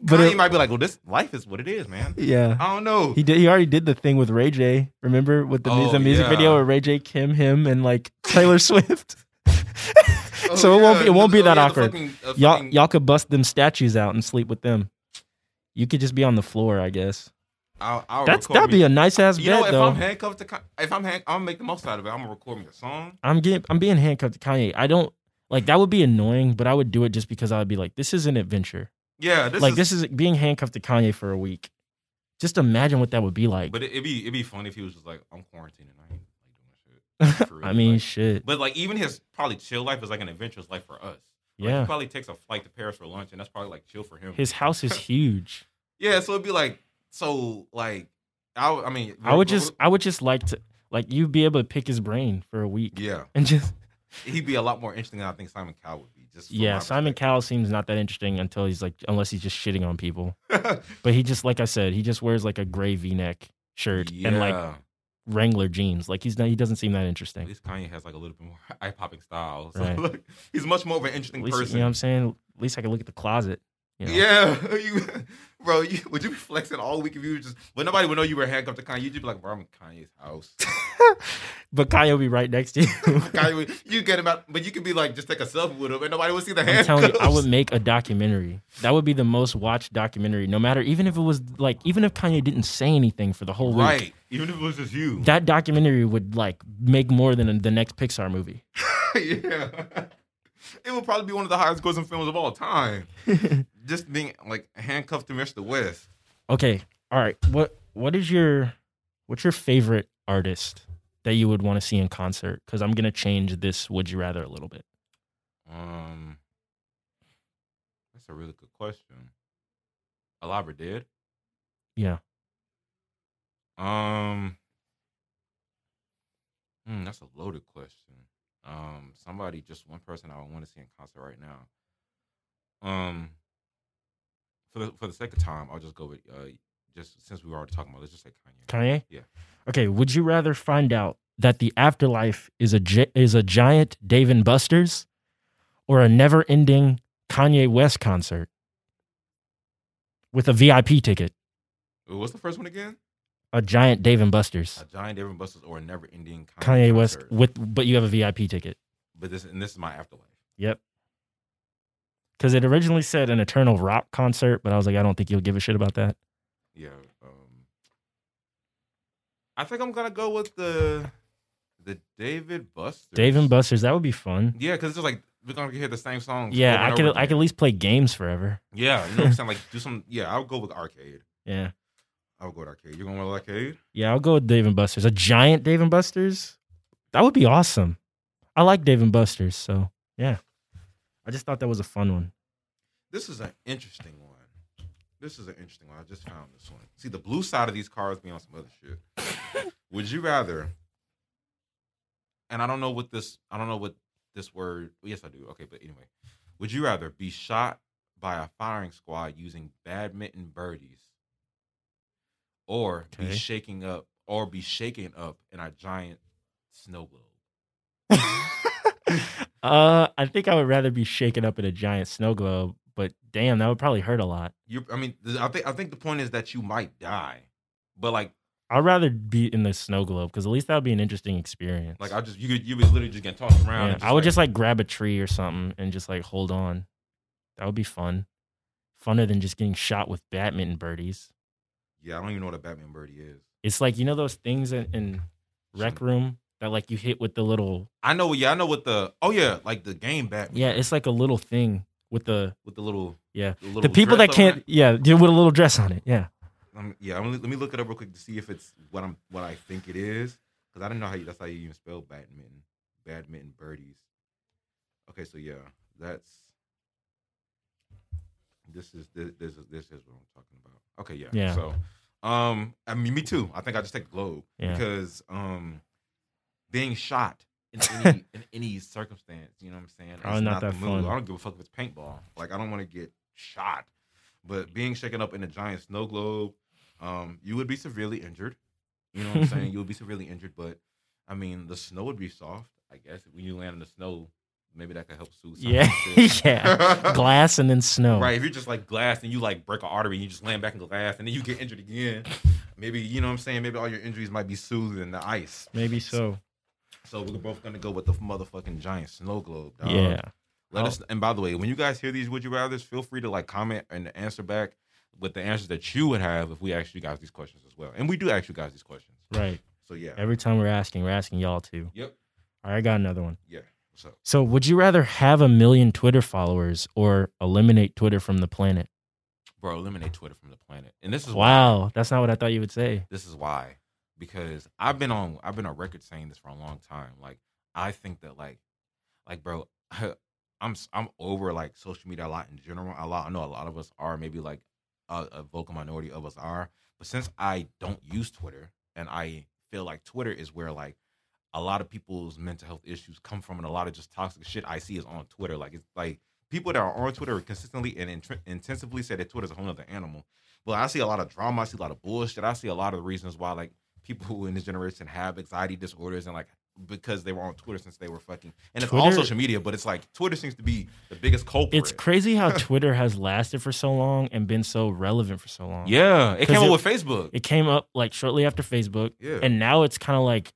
Speaker 1: but
Speaker 2: Kanye
Speaker 1: it-
Speaker 2: might be like, well, this life is what it is, man.
Speaker 1: yeah,
Speaker 2: I don't know.
Speaker 1: he did. He already did the thing with Ray J. Remember with the, mu-
Speaker 2: Oh,
Speaker 1: the music
Speaker 2: yeah.
Speaker 1: video where Ray J, Kim, him, and like Taylor Swift. so
Speaker 2: Oh,
Speaker 1: it won't
Speaker 2: yeah,
Speaker 1: be, it won't
Speaker 2: the-
Speaker 1: be
Speaker 2: oh,
Speaker 1: that
Speaker 2: yeah, the
Speaker 1: awkward.
Speaker 2: fucking- the
Speaker 1: y'all
Speaker 2: fucking-
Speaker 1: y'all could bust them statues out and sleep with them. You could just be on the floor, I guess.
Speaker 2: I'll, I'll
Speaker 1: That's
Speaker 2: record
Speaker 1: that'd
Speaker 2: me-
Speaker 1: be a nice ass
Speaker 2: You know,
Speaker 1: bet
Speaker 2: if
Speaker 1: though.
Speaker 2: I'm handcuffed to, Ka- if I'm, hand, I'm gonna make the most out of it. I'm gonna record me a song.
Speaker 1: I'm getting I'm being handcuffed to Kanye. I don't like that would be annoying, but I would do it just because I would be like, this is an adventure.
Speaker 2: Yeah, this
Speaker 1: like
Speaker 2: is,
Speaker 1: this is being handcuffed to Kanye for a week. Just imagine what that would be like.
Speaker 2: But it, it'd be it'd be funny if he was just like, I'm quarantining. I ain't like doing shit. For real,
Speaker 1: I mean,
Speaker 2: like-
Speaker 1: shit.
Speaker 2: but like even his probably chill life is like an adventurous life for us. Like, he
Speaker 1: Yeah,
Speaker 2: probably takes a flight to Paris for lunch, and that's probably like chill for him.
Speaker 1: his house is huge.
Speaker 2: yeah, so it'd be like so like I would- I mean
Speaker 1: I would just I would just like to like you be able to pick his brain for a week
Speaker 2: yeah
Speaker 1: and just
Speaker 2: he'd be a lot more interesting than I think Simon Cowell would be. Just from
Speaker 1: yeah.
Speaker 2: my
Speaker 1: Simon
Speaker 2: perspective.
Speaker 1: Cowell seems not that interesting until he's like unless he's just shitting on people. But he just like I said, he just wears like a gray V neck shirt and like
Speaker 2: Yeah.
Speaker 1: Wrangler jeans. Like he's not he doesn't seem that
Speaker 2: At
Speaker 1: interesting.
Speaker 2: least Kanye has like a little bit more eye popping style. So
Speaker 1: Right.
Speaker 2: like, he's much more of an interesting
Speaker 1: At least,
Speaker 2: person.
Speaker 1: You know what I'm saying? At least I can look at the closet. You know?
Speaker 2: Yeah, you, bro. You, would you be flexing all week if you just? But nobody would know you were handcuffed to Kanye. You'd just be like, bro, I'm in Kanye's house.
Speaker 1: But Kanye will be right next to you.
Speaker 2: Kanye, would- you get him out, but you could be like, just take a selfie with him, and nobody would see the
Speaker 1: I'm
Speaker 2: handcuffs.
Speaker 1: telling you, I would make a documentary. That would be the most watched documentary, no matter even if it was like even if Kanye didn't say anything for the whole
Speaker 2: right,
Speaker 1: week.
Speaker 2: even if it was just you.
Speaker 1: That documentary would like make more than the next Pixar movie.
Speaker 2: yeah, it would probably be one of the highest grossing films of all time. just being like handcuffed to Mr. West.
Speaker 1: Okay, all right. What what is your what's your favorite artist that you would want to see in concert? Because I'm gonna change this. Would you rather a little bit?
Speaker 2: Um, that's a really good question. Alive or dead?
Speaker 1: Yeah.
Speaker 2: Um, hmm, that's a loaded question. Um, somebody, just one person I want to see in concert right now. Um, for the for the sake of time, I'll just go with uh, just since we were already talking about, it, let's just say Kanye.
Speaker 1: Kanye.
Speaker 2: Yeah.
Speaker 1: Okay. Would you rather find out that the afterlife is a gi- is a giant Dave and Buster's, or a never ending Kanye West concert with a VIP ticket,
Speaker 2: Ooh, What's the first one again?
Speaker 1: a giant Dave and Buster's,
Speaker 2: A giant Dave and Buster's or a never ending Kanye,
Speaker 1: Kanye West
Speaker 2: concert.
Speaker 1: with, but you have a VIP ticket.
Speaker 2: But this and this is my afterlife.
Speaker 1: Yep. Because it originally said an Eternal Rock concert, but I was like, I don't think you'll give a shit about that.
Speaker 2: Yeah. Um, I think I'm gonna go with the the David Buster.
Speaker 1: Dave and Buster's, that would be fun.
Speaker 2: Yeah, because it's just like we're gonna hear the same songs. over
Speaker 1: Yeah,
Speaker 2: and
Speaker 1: I
Speaker 2: over
Speaker 1: could I
Speaker 2: again.
Speaker 1: could at least play games forever.
Speaker 2: Yeah, you know what I'm saying? Like do some yeah, I'll go with arcade.
Speaker 1: Yeah.
Speaker 2: I'll go with arcade. You're going with arcade?
Speaker 1: Yeah, I'll go with Dave and Buster's. A giant Dave and Buster's? That would be awesome. I like Dave and Buster's, so yeah. I just thought that was a fun one.
Speaker 2: This is an interesting one. This is an interesting one. I just found this one. See the blue side of these cards be on some other shit. Would you rather and I don't know what this I don't know what this word yes I do. Okay, but anyway. Would you rather be shot by a firing squad using badminton birdies or be
Speaker 1: Okay.
Speaker 2: shaking up or be shaken up in a giant snow globe?
Speaker 1: uh, I think I would rather be shaken up in a giant snow globe, but damn, that would probably hurt a lot.
Speaker 2: You, I mean, th- I think I think the point is that you might die, but like,
Speaker 1: I'd rather be in the snow globe because at least that would be an interesting experience.
Speaker 2: like I just you could you be literally just getting tossed around.
Speaker 1: Yeah,
Speaker 2: and
Speaker 1: I would
Speaker 2: like-
Speaker 1: just like grab a tree or something and just like hold on. That would be fun. Funner than just getting shot with badminton birdies.
Speaker 2: yeah, I don't even know what a Batman birdie is.
Speaker 1: It's like you know those things in, in rec room that like you hit with the little
Speaker 2: I know, yeah, I know what the oh yeah, like the game Batman.
Speaker 1: yeah. It's like a little thing with the
Speaker 2: with the little
Speaker 1: Yeah.
Speaker 2: the, little
Speaker 1: the people that
Speaker 2: dress on
Speaker 1: can't yeah with a little dress on it yeah.
Speaker 2: it. Um, yeah, I'm, gonna- let me look it up real quick to see if it's what I'm what I think it is because I didn't know how you, that's how you even spell badminton, badminton birdies. Okay, so yeah, that's this is this this is, this is what I'm talking about. Okay, yeah,
Speaker 1: Yeah.
Speaker 2: So, um, I mean, me too. I think I just take the globe
Speaker 1: Yeah.
Speaker 2: because um, being shot in any in any circumstance, you know what I'm saying? It's
Speaker 1: Probably Oh, not
Speaker 2: the
Speaker 1: that
Speaker 2: move.
Speaker 1: fun.
Speaker 2: I don't give a fuck if it's paintball. Like I don't want to get shot, but being shaken up in a giant snow globe, um, you would be severely injured. You know what I'm saying? You would be severely injured, but I mean, the snow would be soft. I guess when you land in the snow, maybe that could help soothe. some of
Speaker 1: Yeah.
Speaker 2: the shit.
Speaker 1: Yeah. Glass and then snow.
Speaker 2: Right. If you're just like glass and you like break an artery and you just land back in glass and then you get injured again, maybe you know what I'm saying. Maybe all your injuries might be soothed in the ice.
Speaker 1: Maybe so.
Speaker 2: So we're both gonna go with the motherfucking giant snow globe. Dog.
Speaker 1: yeah.
Speaker 2: Let us. And by the way, when you guys hear these would you rather's, feel free to like comment and answer back. with the answers that you would have if we asked you guys these questions as well. And we do ask you guys these questions.
Speaker 1: Right.
Speaker 2: So yeah.
Speaker 1: Every time we're asking, we're asking y'all to.
Speaker 2: yep.
Speaker 1: All right, I got another one.
Speaker 2: Yeah. So
Speaker 1: So, would you rather have a million Twitter followers or eliminate Twitter from the planet?
Speaker 2: bro, eliminate Twitter from the planet. And this is why
Speaker 1: Wow, that's not what I thought you would say.
Speaker 2: this is why. Because I've been on I've been on record saying this for a long time. Like I think that like like bro, I'm s- I'm over like social media a lot in general. A lot I know a lot of us are maybe like a, a vocal minority of us are. But since I don't use Twitter and I feel like Twitter is where like a lot of people's mental health issues come from and a lot of just toxic shit I see is on Twitter. Like it's like people that are on Twitter consistently and intr intensively say that Twitter's a whole other animal. But I see a lot of drama. I see a lot of bullshit. I see a lot of reasons why like people who in this generation have anxiety disorders and like because they were on Twitter since they were fucking and it's all
Speaker 1: Twitter-
Speaker 2: social media, but it's like Twitter seems to be the biggest culprit.
Speaker 1: It's crazy how Twitter has lasted for so long and been so relevant for so long.
Speaker 2: Yeah, it
Speaker 1: 'Cause
Speaker 2: came up
Speaker 1: it-
Speaker 2: with Facebook.
Speaker 1: It came up like shortly after Facebook.
Speaker 2: yeah,
Speaker 1: And now it's kind of like,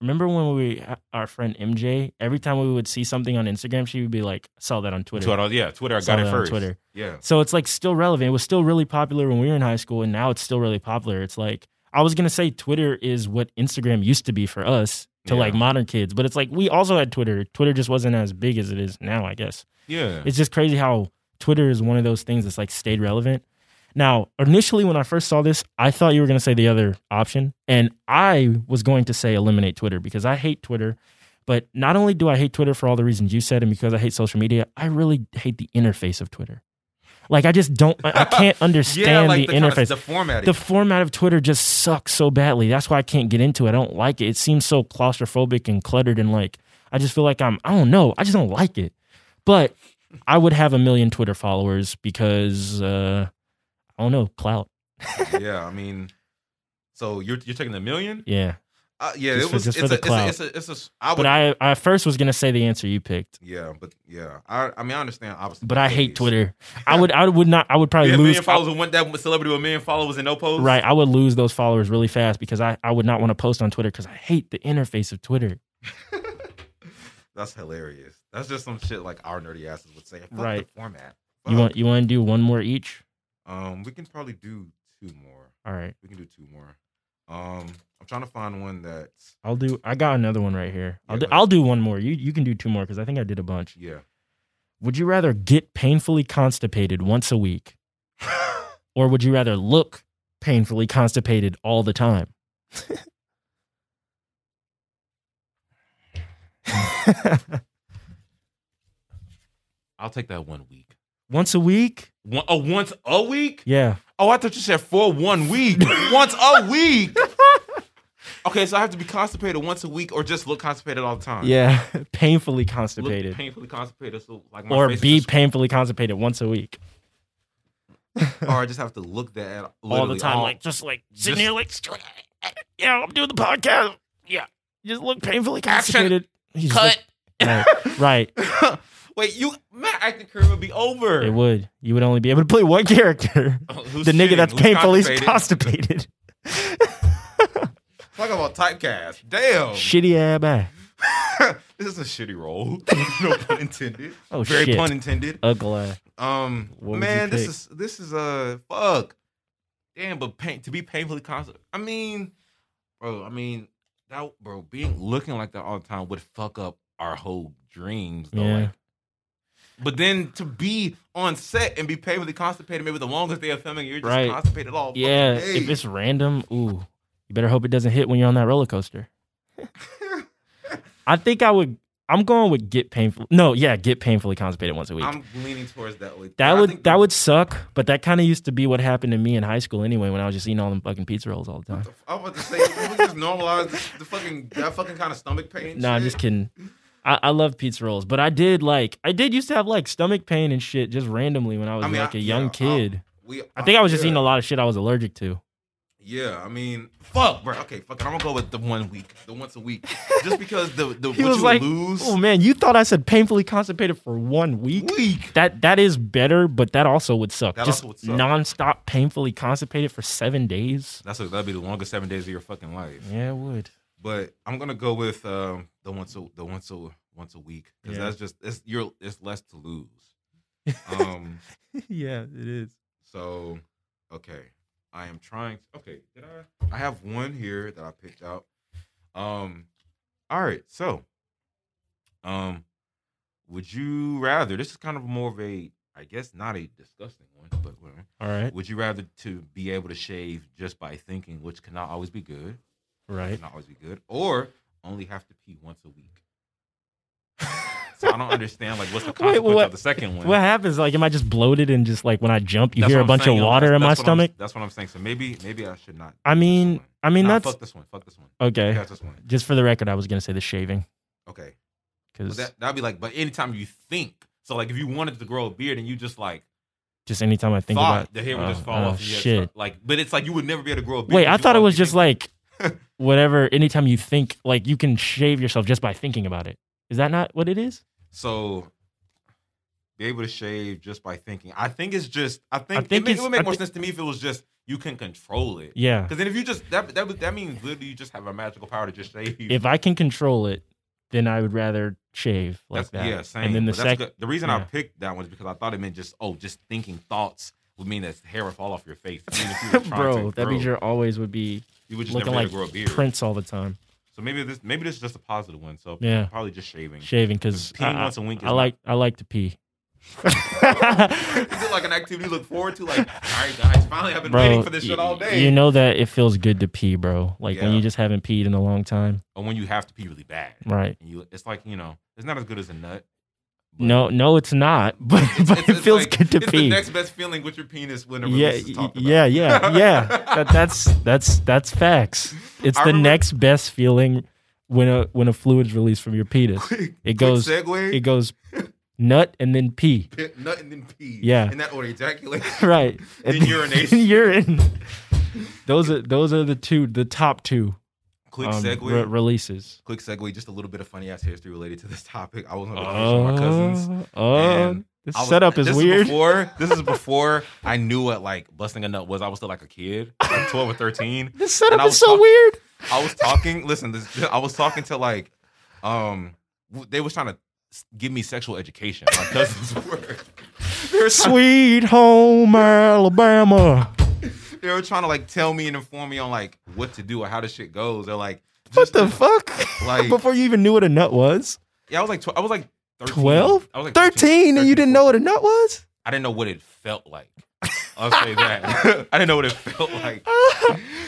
Speaker 1: remember when we, uh, our friend MJ, every time we would see something on Instagram, she would be like, saw that on Twitter.
Speaker 2: Twitter, yeah, Twitter. I
Speaker 1: Saw
Speaker 2: got it
Speaker 1: that on
Speaker 2: first.
Speaker 1: Twitter.
Speaker 2: Yeah,
Speaker 1: So it's like still relevant. It was still really popular when we were in high school, and now it's still really popular. It's like, I was going to say Twitter is what Instagram used to be for us to
Speaker 2: Yeah.
Speaker 1: like modern kids, but it's like we also had Twitter. Twitter just wasn't as big as it is now, I guess.
Speaker 2: yeah,
Speaker 1: It's just crazy how Twitter is one of those things that's like stayed relevant. Now, initially, when I first saw this, I thought you were going to say the other option. And I was going to say eliminate Twitter because I hate Twitter. But not only do I hate Twitter for all the reasons you said and because I hate social media, I really hate the interface of Twitter. Like, I just don't, I I can't understand the,
Speaker 2: kind of-
Speaker 1: interface.
Speaker 2: the formatting.
Speaker 1: the format of Twitter just sucks so badly. That's why I can't get into it. I don't like it. It seems so claustrophobic and cluttered and like I just feel like I'm I don't know. I just don't like it. But I would have a million Twitter followers because uh I don't know, clout.
Speaker 2: yeah, I mean, so you're you're taking the million?
Speaker 1: Yeah.
Speaker 2: Uh, yeah,
Speaker 1: Just
Speaker 2: it
Speaker 1: for-
Speaker 2: was.
Speaker 1: just
Speaker 2: it's,
Speaker 1: for the
Speaker 2: a,
Speaker 1: clout.
Speaker 2: it's a it's a it's a. I would,
Speaker 1: But I I first was gonna say the answer you picked.
Speaker 2: yeah, but yeah, I I mean I understand obviously,
Speaker 1: But I hate
Speaker 2: please.
Speaker 1: Twitter. I would I would not I would
Speaker 2: You
Speaker 1: probably
Speaker 2: had a
Speaker 1: lose
Speaker 2: million followers and want that celebrity with a million followers and no posts.
Speaker 1: right. I would lose those followers really fast because I, I would not want to post on Twitter because I hate the interface of Twitter.
Speaker 2: That's hilarious. That's just some shit like our nerdy asses would say. Fuck
Speaker 1: Right.
Speaker 2: The format.
Speaker 1: You
Speaker 2: Fuck.
Speaker 1: want you wanna do one more each?
Speaker 2: Um, we can probably do two more.
Speaker 1: All right.
Speaker 2: We can do two more. Um, I'm trying to find one that's
Speaker 1: I'll do. I got another one right here. I'll
Speaker 2: Yeah,
Speaker 1: do,
Speaker 2: go ahead.
Speaker 1: I'll do one more. You you can do two more because I think I did a bunch.
Speaker 2: yeah.
Speaker 1: Would you rather get painfully constipated once a week, or would you rather look painfully constipated all the time?
Speaker 2: I'll take that one week.
Speaker 1: once a week?
Speaker 2: One, oh, once a week?
Speaker 1: Yeah.
Speaker 2: Oh, I thought you said for one week. once a week. Okay, so I have to be constipated once a week, or just look constipated all the time.
Speaker 1: Yeah. painfully
Speaker 2: look
Speaker 1: constipated,
Speaker 2: painfully constipated. So like my
Speaker 1: or
Speaker 2: face
Speaker 1: be
Speaker 2: is just,
Speaker 1: painfully constipated once a week
Speaker 2: or I just have to look that at
Speaker 1: all the
Speaker 2: literally
Speaker 1: time, like just like sitting
Speaker 2: just-
Speaker 1: here, like yeah, I'm doing the podcast. Yeah, just look painfully constipated. You just
Speaker 2: cut.
Speaker 1: look- right. right.
Speaker 2: Wait, you my acting career would be over.
Speaker 1: It would. You would only be able to play one character.
Speaker 2: Oh, who's
Speaker 1: the nigga
Speaker 2: shitting?
Speaker 1: that's
Speaker 2: Who's
Speaker 1: painfully
Speaker 2: constipated?
Speaker 1: constipated.
Speaker 2: Talk about typecast. Damn.
Speaker 1: Shitty ab ass.
Speaker 2: this is a shitty role. no pun intended.
Speaker 1: Oh,
Speaker 2: Very
Speaker 1: shit.
Speaker 2: pun intended.
Speaker 1: Ugly. ass.
Speaker 2: Um,
Speaker 1: What would you
Speaker 2: man, this
Speaker 1: pick?
Speaker 2: is this is a uh, fuck. Damn, but pain, to be painfully constant. I mean, bro. I mean, that bro being looking like that all the time would fuck up our whole dreams. Though,
Speaker 1: Yeah.
Speaker 2: like. But then to be on set and be painfully constipated, maybe the longest day of filming, you're just
Speaker 1: Right.
Speaker 2: constipated all. fucking
Speaker 1: Yeah.
Speaker 2: day.
Speaker 1: If it's random, ooh, you better hope it doesn't hit when you're on that roller coaster. I think I would. I'm going with get painful. No, yeah, get painfully constipated once a week.
Speaker 2: I'm leaning towards that way.
Speaker 1: that
Speaker 2: I
Speaker 1: would
Speaker 2: think
Speaker 1: that would suck, but that kind of used to be what happened to me in high school anyway. When I was just eating all them fucking pizza rolls all the time.
Speaker 2: I was about to say, we just normalize the fucking that fucking kind of stomach pain.
Speaker 1: No, I'm
Speaker 2: shit.
Speaker 1: just kidding. I, I love pizza rolls, but I did like I did used to have like stomach pain and shit just randomly when I was
Speaker 2: I mean,
Speaker 1: like a
Speaker 2: I-
Speaker 1: young
Speaker 2: yeah,
Speaker 1: kid.
Speaker 2: We,
Speaker 1: I think I was just
Speaker 2: yeah.
Speaker 1: eating a lot of shit I was allergic to.
Speaker 2: Yeah, I mean, fuck, bro. Okay, fuck. It. I'm gonna go with the one week, the once a week, just because the the
Speaker 1: He
Speaker 2: what
Speaker 1: was
Speaker 2: you
Speaker 1: like,
Speaker 2: lose
Speaker 1: "Oh man, you thought I said painfully constipated for one week?
Speaker 2: week.
Speaker 1: That that is better, but that also would suck.
Speaker 2: That
Speaker 1: just
Speaker 2: also would suck.
Speaker 1: nonstop painfully constipated for seven days.
Speaker 2: That's a, that'd be the longest seven days of your fucking life.
Speaker 1: Yeah, it would.
Speaker 2: But I'm gonna go with um, the once a the once a once a week because
Speaker 1: Yeah.
Speaker 2: that's just it's you're it's less to lose. Um,
Speaker 1: yeah, it is.
Speaker 2: so Okay. I am trying. Okay, did I? I have one here that I picked out. Um, all right. So, um, would you rather? This is kind of more of a, I guess, not a disgusting one, but whatever.
Speaker 1: All right.
Speaker 2: Would you rather to be able to shave just by thinking, which cannot always be good,
Speaker 1: Right.
Speaker 2: cannot always be good, or only have to pee once a week? so I don't understand. Like, what's the
Speaker 1: Wait,
Speaker 2: consequence
Speaker 1: what-
Speaker 2: of the second one?
Speaker 1: What happens? Like, am I just bloated and just like when I jump, you
Speaker 2: That's
Speaker 1: hear
Speaker 2: what
Speaker 1: a
Speaker 2: I'm
Speaker 1: bunch
Speaker 2: saying,
Speaker 1: of
Speaker 2: yo.
Speaker 1: water
Speaker 2: That's-
Speaker 1: in my
Speaker 2: that's what I'm-
Speaker 1: stomach?
Speaker 2: that's what I'm saying. So maybe, maybe I should not.
Speaker 1: I
Speaker 2: do this
Speaker 1: mean,
Speaker 2: one.
Speaker 1: I mean
Speaker 2: Nah,
Speaker 1: that's
Speaker 2: fuck this one. Fuck this one.
Speaker 1: okay.
Speaker 2: Fuck this one.
Speaker 1: Just for the record, I was gonna say the shaving
Speaker 2: Okay. But
Speaker 1: because
Speaker 2: that that'd be like, but anytime you think, so like if you wanted to grow a beard and you just like
Speaker 1: just anytime I think
Speaker 2: thought
Speaker 1: about
Speaker 2: the hair would
Speaker 1: oh,
Speaker 2: just fall
Speaker 1: oh,
Speaker 2: off. and you had to
Speaker 1: shit.
Speaker 2: start- like, but it's like you would never be able to grow a beard.
Speaker 1: Wait, I
Speaker 2: because you
Speaker 1: thought it was
Speaker 2: always be
Speaker 1: just
Speaker 2: thinking-
Speaker 1: like whatever. Anytime you think, like you can shave yourself just by thinking about it. Is that not what it is?
Speaker 2: so. Be able to shave just by thinking. I think it's just. I
Speaker 1: think
Speaker 2: think, it, make, it
Speaker 1: it's-
Speaker 2: would make
Speaker 1: I
Speaker 2: more
Speaker 1: thi-
Speaker 2: sense to me if it was just you can control it.
Speaker 1: Yeah.
Speaker 2: Because then if you just that that would- that means literally you just have a magical power to just shave.
Speaker 1: If I can control it, then I would rather shave like that.
Speaker 2: Yeah, same.
Speaker 1: And then the
Speaker 2: But that's
Speaker 1: second,
Speaker 2: good. the reason I
Speaker 1: yeah.
Speaker 2: picked that one is because I thought it meant just oh, just thinking thoughts would mean that hair would fall off your face. Even if you were trying
Speaker 1: bro,
Speaker 2: to
Speaker 1: that
Speaker 2: grow,
Speaker 1: means your always would be
Speaker 2: you would just never
Speaker 1: looking
Speaker 2: be
Speaker 1: like
Speaker 2: able to grow a beard.
Speaker 1: Prince all the time.
Speaker 2: So maybe this maybe this is just a positive one. So
Speaker 1: Yeah.
Speaker 2: probably just shaving.
Speaker 1: Shaving because
Speaker 2: Peeing
Speaker 1: I,
Speaker 2: once a week. Is
Speaker 1: I like I like to pee.
Speaker 2: Is it like an activity you look forward to? Like, all right, guys, finally I've been waiting for this shit
Speaker 1: y-
Speaker 2: all day.
Speaker 1: You know that it feels good to pee, bro. Like when
Speaker 2: Yeah.
Speaker 1: you just haven't peed in a long time,
Speaker 2: or when you have to pee really bad,
Speaker 1: right?
Speaker 2: and you it's like you know it's not as good as a nut. but
Speaker 1: No, no, it's not. But,
Speaker 2: it's-
Speaker 1: but
Speaker 2: it's-
Speaker 1: it
Speaker 2: it's
Speaker 1: feels
Speaker 2: like-
Speaker 1: good to
Speaker 2: it's
Speaker 1: pee.
Speaker 2: the next best feeling with your penis whenever
Speaker 1: yeah,
Speaker 2: this is
Speaker 1: y-
Speaker 2: talked about.
Speaker 1: yeah, yeah, yeah. That, that's that's that's facts. It's
Speaker 2: I
Speaker 1: the
Speaker 2: remember-
Speaker 1: next best feeling when a when a fluid's released from your penis.
Speaker 2: Quick-
Speaker 1: It goes-
Speaker 2: quick segue.
Speaker 1: It goes nut and then pee.
Speaker 2: pit, nut and then pee.
Speaker 1: Yeah.
Speaker 2: In that order, ejaculation.
Speaker 1: Right.
Speaker 2: Then
Speaker 1: And
Speaker 2: urination.
Speaker 1: urine. Those are those are the two the top two
Speaker 2: Quick
Speaker 1: um,
Speaker 2: segue.
Speaker 1: re- releases.
Speaker 2: quick segue. Just a little bit of funny ass history related to this topic. I was on vacation with Oh, my cousins.
Speaker 1: Uh, uh,
Speaker 2: and
Speaker 1: this
Speaker 2: I was-
Speaker 1: setup is
Speaker 2: this
Speaker 1: weird.
Speaker 2: before, this is before I knew what like busting a nut was. I was still like a kid, like twelve or thirteen.
Speaker 1: this
Speaker 2: and
Speaker 1: setup is
Speaker 2: I was
Speaker 1: so
Speaker 2: talking-
Speaker 1: weird.
Speaker 2: I was talking. listen, this, I was talking to like, um, w- they was trying to s- give me sexual education. My cousins were. They were, trying,
Speaker 1: Sweet home Alabama.
Speaker 2: they were trying to like tell me and inform me on like what to do or how this shit goes. They're like,
Speaker 1: What
Speaker 2: just-
Speaker 1: the fuck?
Speaker 2: Like-
Speaker 1: Before you even knew what a nut was,
Speaker 2: Yeah, I was like, tw- I was like 13.
Speaker 1: 12?
Speaker 2: I was like
Speaker 1: thirteen, and you didn't know
Speaker 2: 14.
Speaker 1: what a nut was.
Speaker 2: I didn't know what it felt like. I'll say that. I didn't know what it felt like.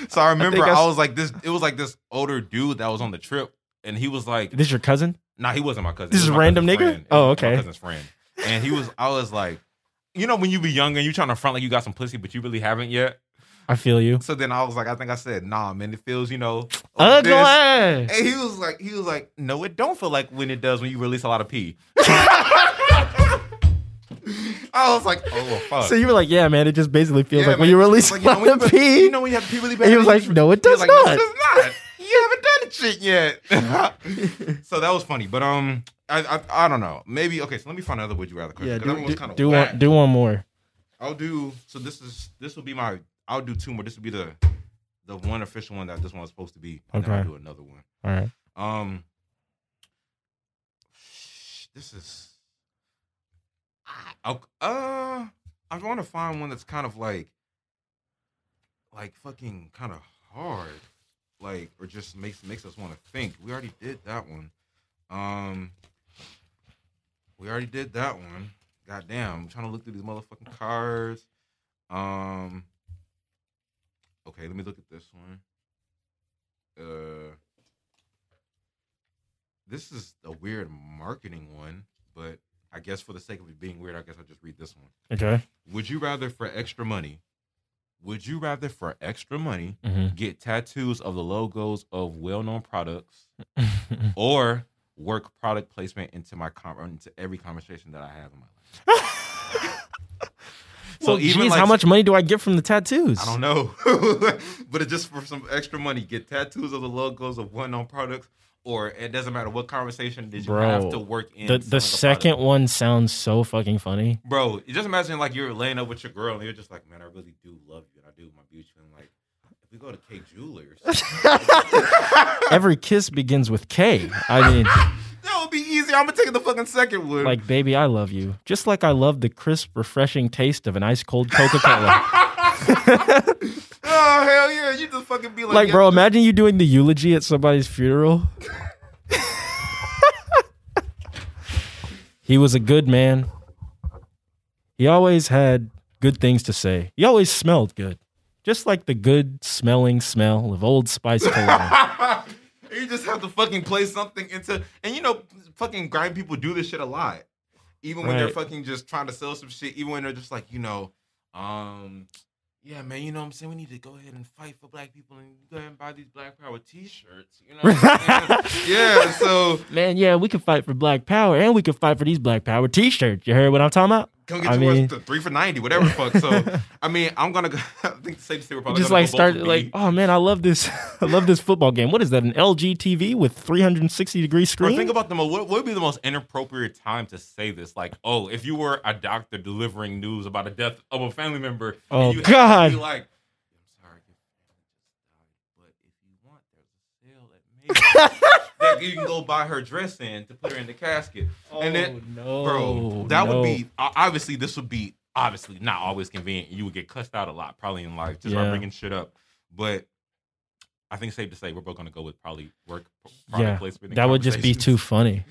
Speaker 2: So I remember
Speaker 1: think
Speaker 2: I,
Speaker 1: I s-
Speaker 2: was like this. It was like this older dude that was on the trip, and he was like,
Speaker 1: this your cousin?
Speaker 2: "Nah, he wasn't my cousin.
Speaker 1: This
Speaker 2: He
Speaker 1: is
Speaker 2: was
Speaker 1: a
Speaker 2: my
Speaker 1: random
Speaker 2: cousin's
Speaker 1: nigga?
Speaker 2: friend. It
Speaker 1: Oh,
Speaker 2: was My
Speaker 1: okay.
Speaker 2: cousin's friend, and he was. I was like, you know, when you be younger and you trying to front like you got some pussy, but you really haven't yet.
Speaker 1: I feel you.
Speaker 2: So then I was like, I think I said, "Nah, man, it feels, you know, like
Speaker 1: Ugly.
Speaker 2: Oh, this." And he was like, he was like, no, it don't feel like when it does when you release a lot of pee. I was like, oh fuck.
Speaker 1: So you were like, yeah, man. It just basically feels
Speaker 2: Yeah,
Speaker 1: like when
Speaker 2: man.
Speaker 1: you release
Speaker 2: It's like,
Speaker 1: like,
Speaker 2: you know, when you-
Speaker 1: pee.
Speaker 2: You know when you have to pee really bad.
Speaker 1: he was
Speaker 2: you
Speaker 1: like,
Speaker 2: just-
Speaker 1: "No, it
Speaker 2: he was
Speaker 1: does
Speaker 2: No,
Speaker 1: not."
Speaker 2: it does not. You haven't done the shit yet. so that was funny, but um, I, I I don't know. Maybe okay. So let me find another would you rather question.
Speaker 1: yeah,
Speaker 2: 'cause that one
Speaker 1: do,
Speaker 2: was
Speaker 1: do,
Speaker 2: kinda
Speaker 1: do
Speaker 2: whack.
Speaker 1: one, do one more.
Speaker 2: I'll do. So this is this will be my. I'll do two more. This will be the the one official one that this one was supposed to be. And then I'll
Speaker 1: Okay.
Speaker 2: do another one.
Speaker 1: All right.
Speaker 2: Um, sh- this is. I, uh, I want to find one that's kind of like, like fucking kind of hard, like or just makes makes us want to think. We already did that one. Um, we already did that one. Goddamn, I'm trying to look through these motherfucking cards. Um, okay, let me look at this one. Uh this is a weird marketing one, but I guess for the sake of it being weird, I guess I'll just read this one.
Speaker 1: Okay.
Speaker 2: Would you rather for extra money? Would you rather for extra money
Speaker 1: Mhm.
Speaker 2: get tattoos of the logos of well-known products or work product placement into my com- or into every conversation that I have in my life?
Speaker 1: so,
Speaker 2: So
Speaker 1: geez,
Speaker 2: even like-
Speaker 1: how much money do I get from the tattoos?
Speaker 2: I don't know, but it's just for some extra money. Get tattoos of the logos of well-known products, or it doesn't matter what conversation did you
Speaker 1: Bro,
Speaker 2: have to work in.
Speaker 1: The
Speaker 2: selling
Speaker 1: the
Speaker 2: a product.
Speaker 1: second one sounds so fucking funny.
Speaker 2: Bro, you just imagine like you're laying up with your girl and you're just like, man, I really do love you and I do my beauty. And like, if we go to K Jewelers, that
Speaker 1: Every kiss begins with K. I mean,
Speaker 2: would be easier. I'm gonna take the fucking second one.
Speaker 1: like, baby, I love you, just like I love the crisp, refreshing taste of an ice cold Coca Cola.
Speaker 2: oh hell yeah! You just fucking be like,
Speaker 1: like,
Speaker 2: yeah,
Speaker 1: bro, imagine you doing the eulogy at somebody's funeral. he was a good man. He always had good things to say. He always smelled good, just like the good smelling smell of Old Spice cologne.
Speaker 2: you just have to fucking play something into, and you know, fucking grind people do this shit a lot. Even when they're
Speaker 1: Right.
Speaker 2: fucking just trying to sell some shit, even when they're just like, you know, um, yeah, man, you know what I'm saying? We need to go ahead and fight for black people and go ahead and buy these Black Power t shirts. You know what I'm saying? yeah, so
Speaker 1: Man, yeah, we can fight for Black Power, and we can fight for these Black Power T-shirts. You heard what I'm talking about?
Speaker 2: come get
Speaker 1: I
Speaker 2: yours
Speaker 1: mean-
Speaker 2: to three for 90, whatever the fuck. So, I mean, I'm gonna go, I think the safety we're probably
Speaker 1: just
Speaker 2: gonna
Speaker 1: like
Speaker 2: go both
Speaker 1: start
Speaker 2: with
Speaker 1: like,
Speaker 2: B.
Speaker 1: oh man, I love this, I love this football game. What is that? An LG TV with 360 degree
Speaker 2: Bro,
Speaker 1: screen?
Speaker 2: think about the mo- what what would be the most inappropriate time to say this? Like, oh, if you were a doctor delivering news about the death of a family member,
Speaker 1: Oh,
Speaker 2: and you happened to
Speaker 1: God.
Speaker 2: be like, I'm sorry, your family just died, but if you want, there's a sale at Macy's that you can go buy her dress in to put her in the casket, and then,
Speaker 1: no,
Speaker 2: bro, that
Speaker 1: Oh, no.
Speaker 2: would be o- obviously this would be obviously not always convenient. You would get cussed out a lot probably in life just by
Speaker 1: Yeah.
Speaker 2: bringing shit up, but. I think it's safe to say we're both gonna go with probably work, product
Speaker 1: Yeah,
Speaker 2: placement. in
Speaker 1: that would just be
Speaker 2: conversations.
Speaker 1: too funny.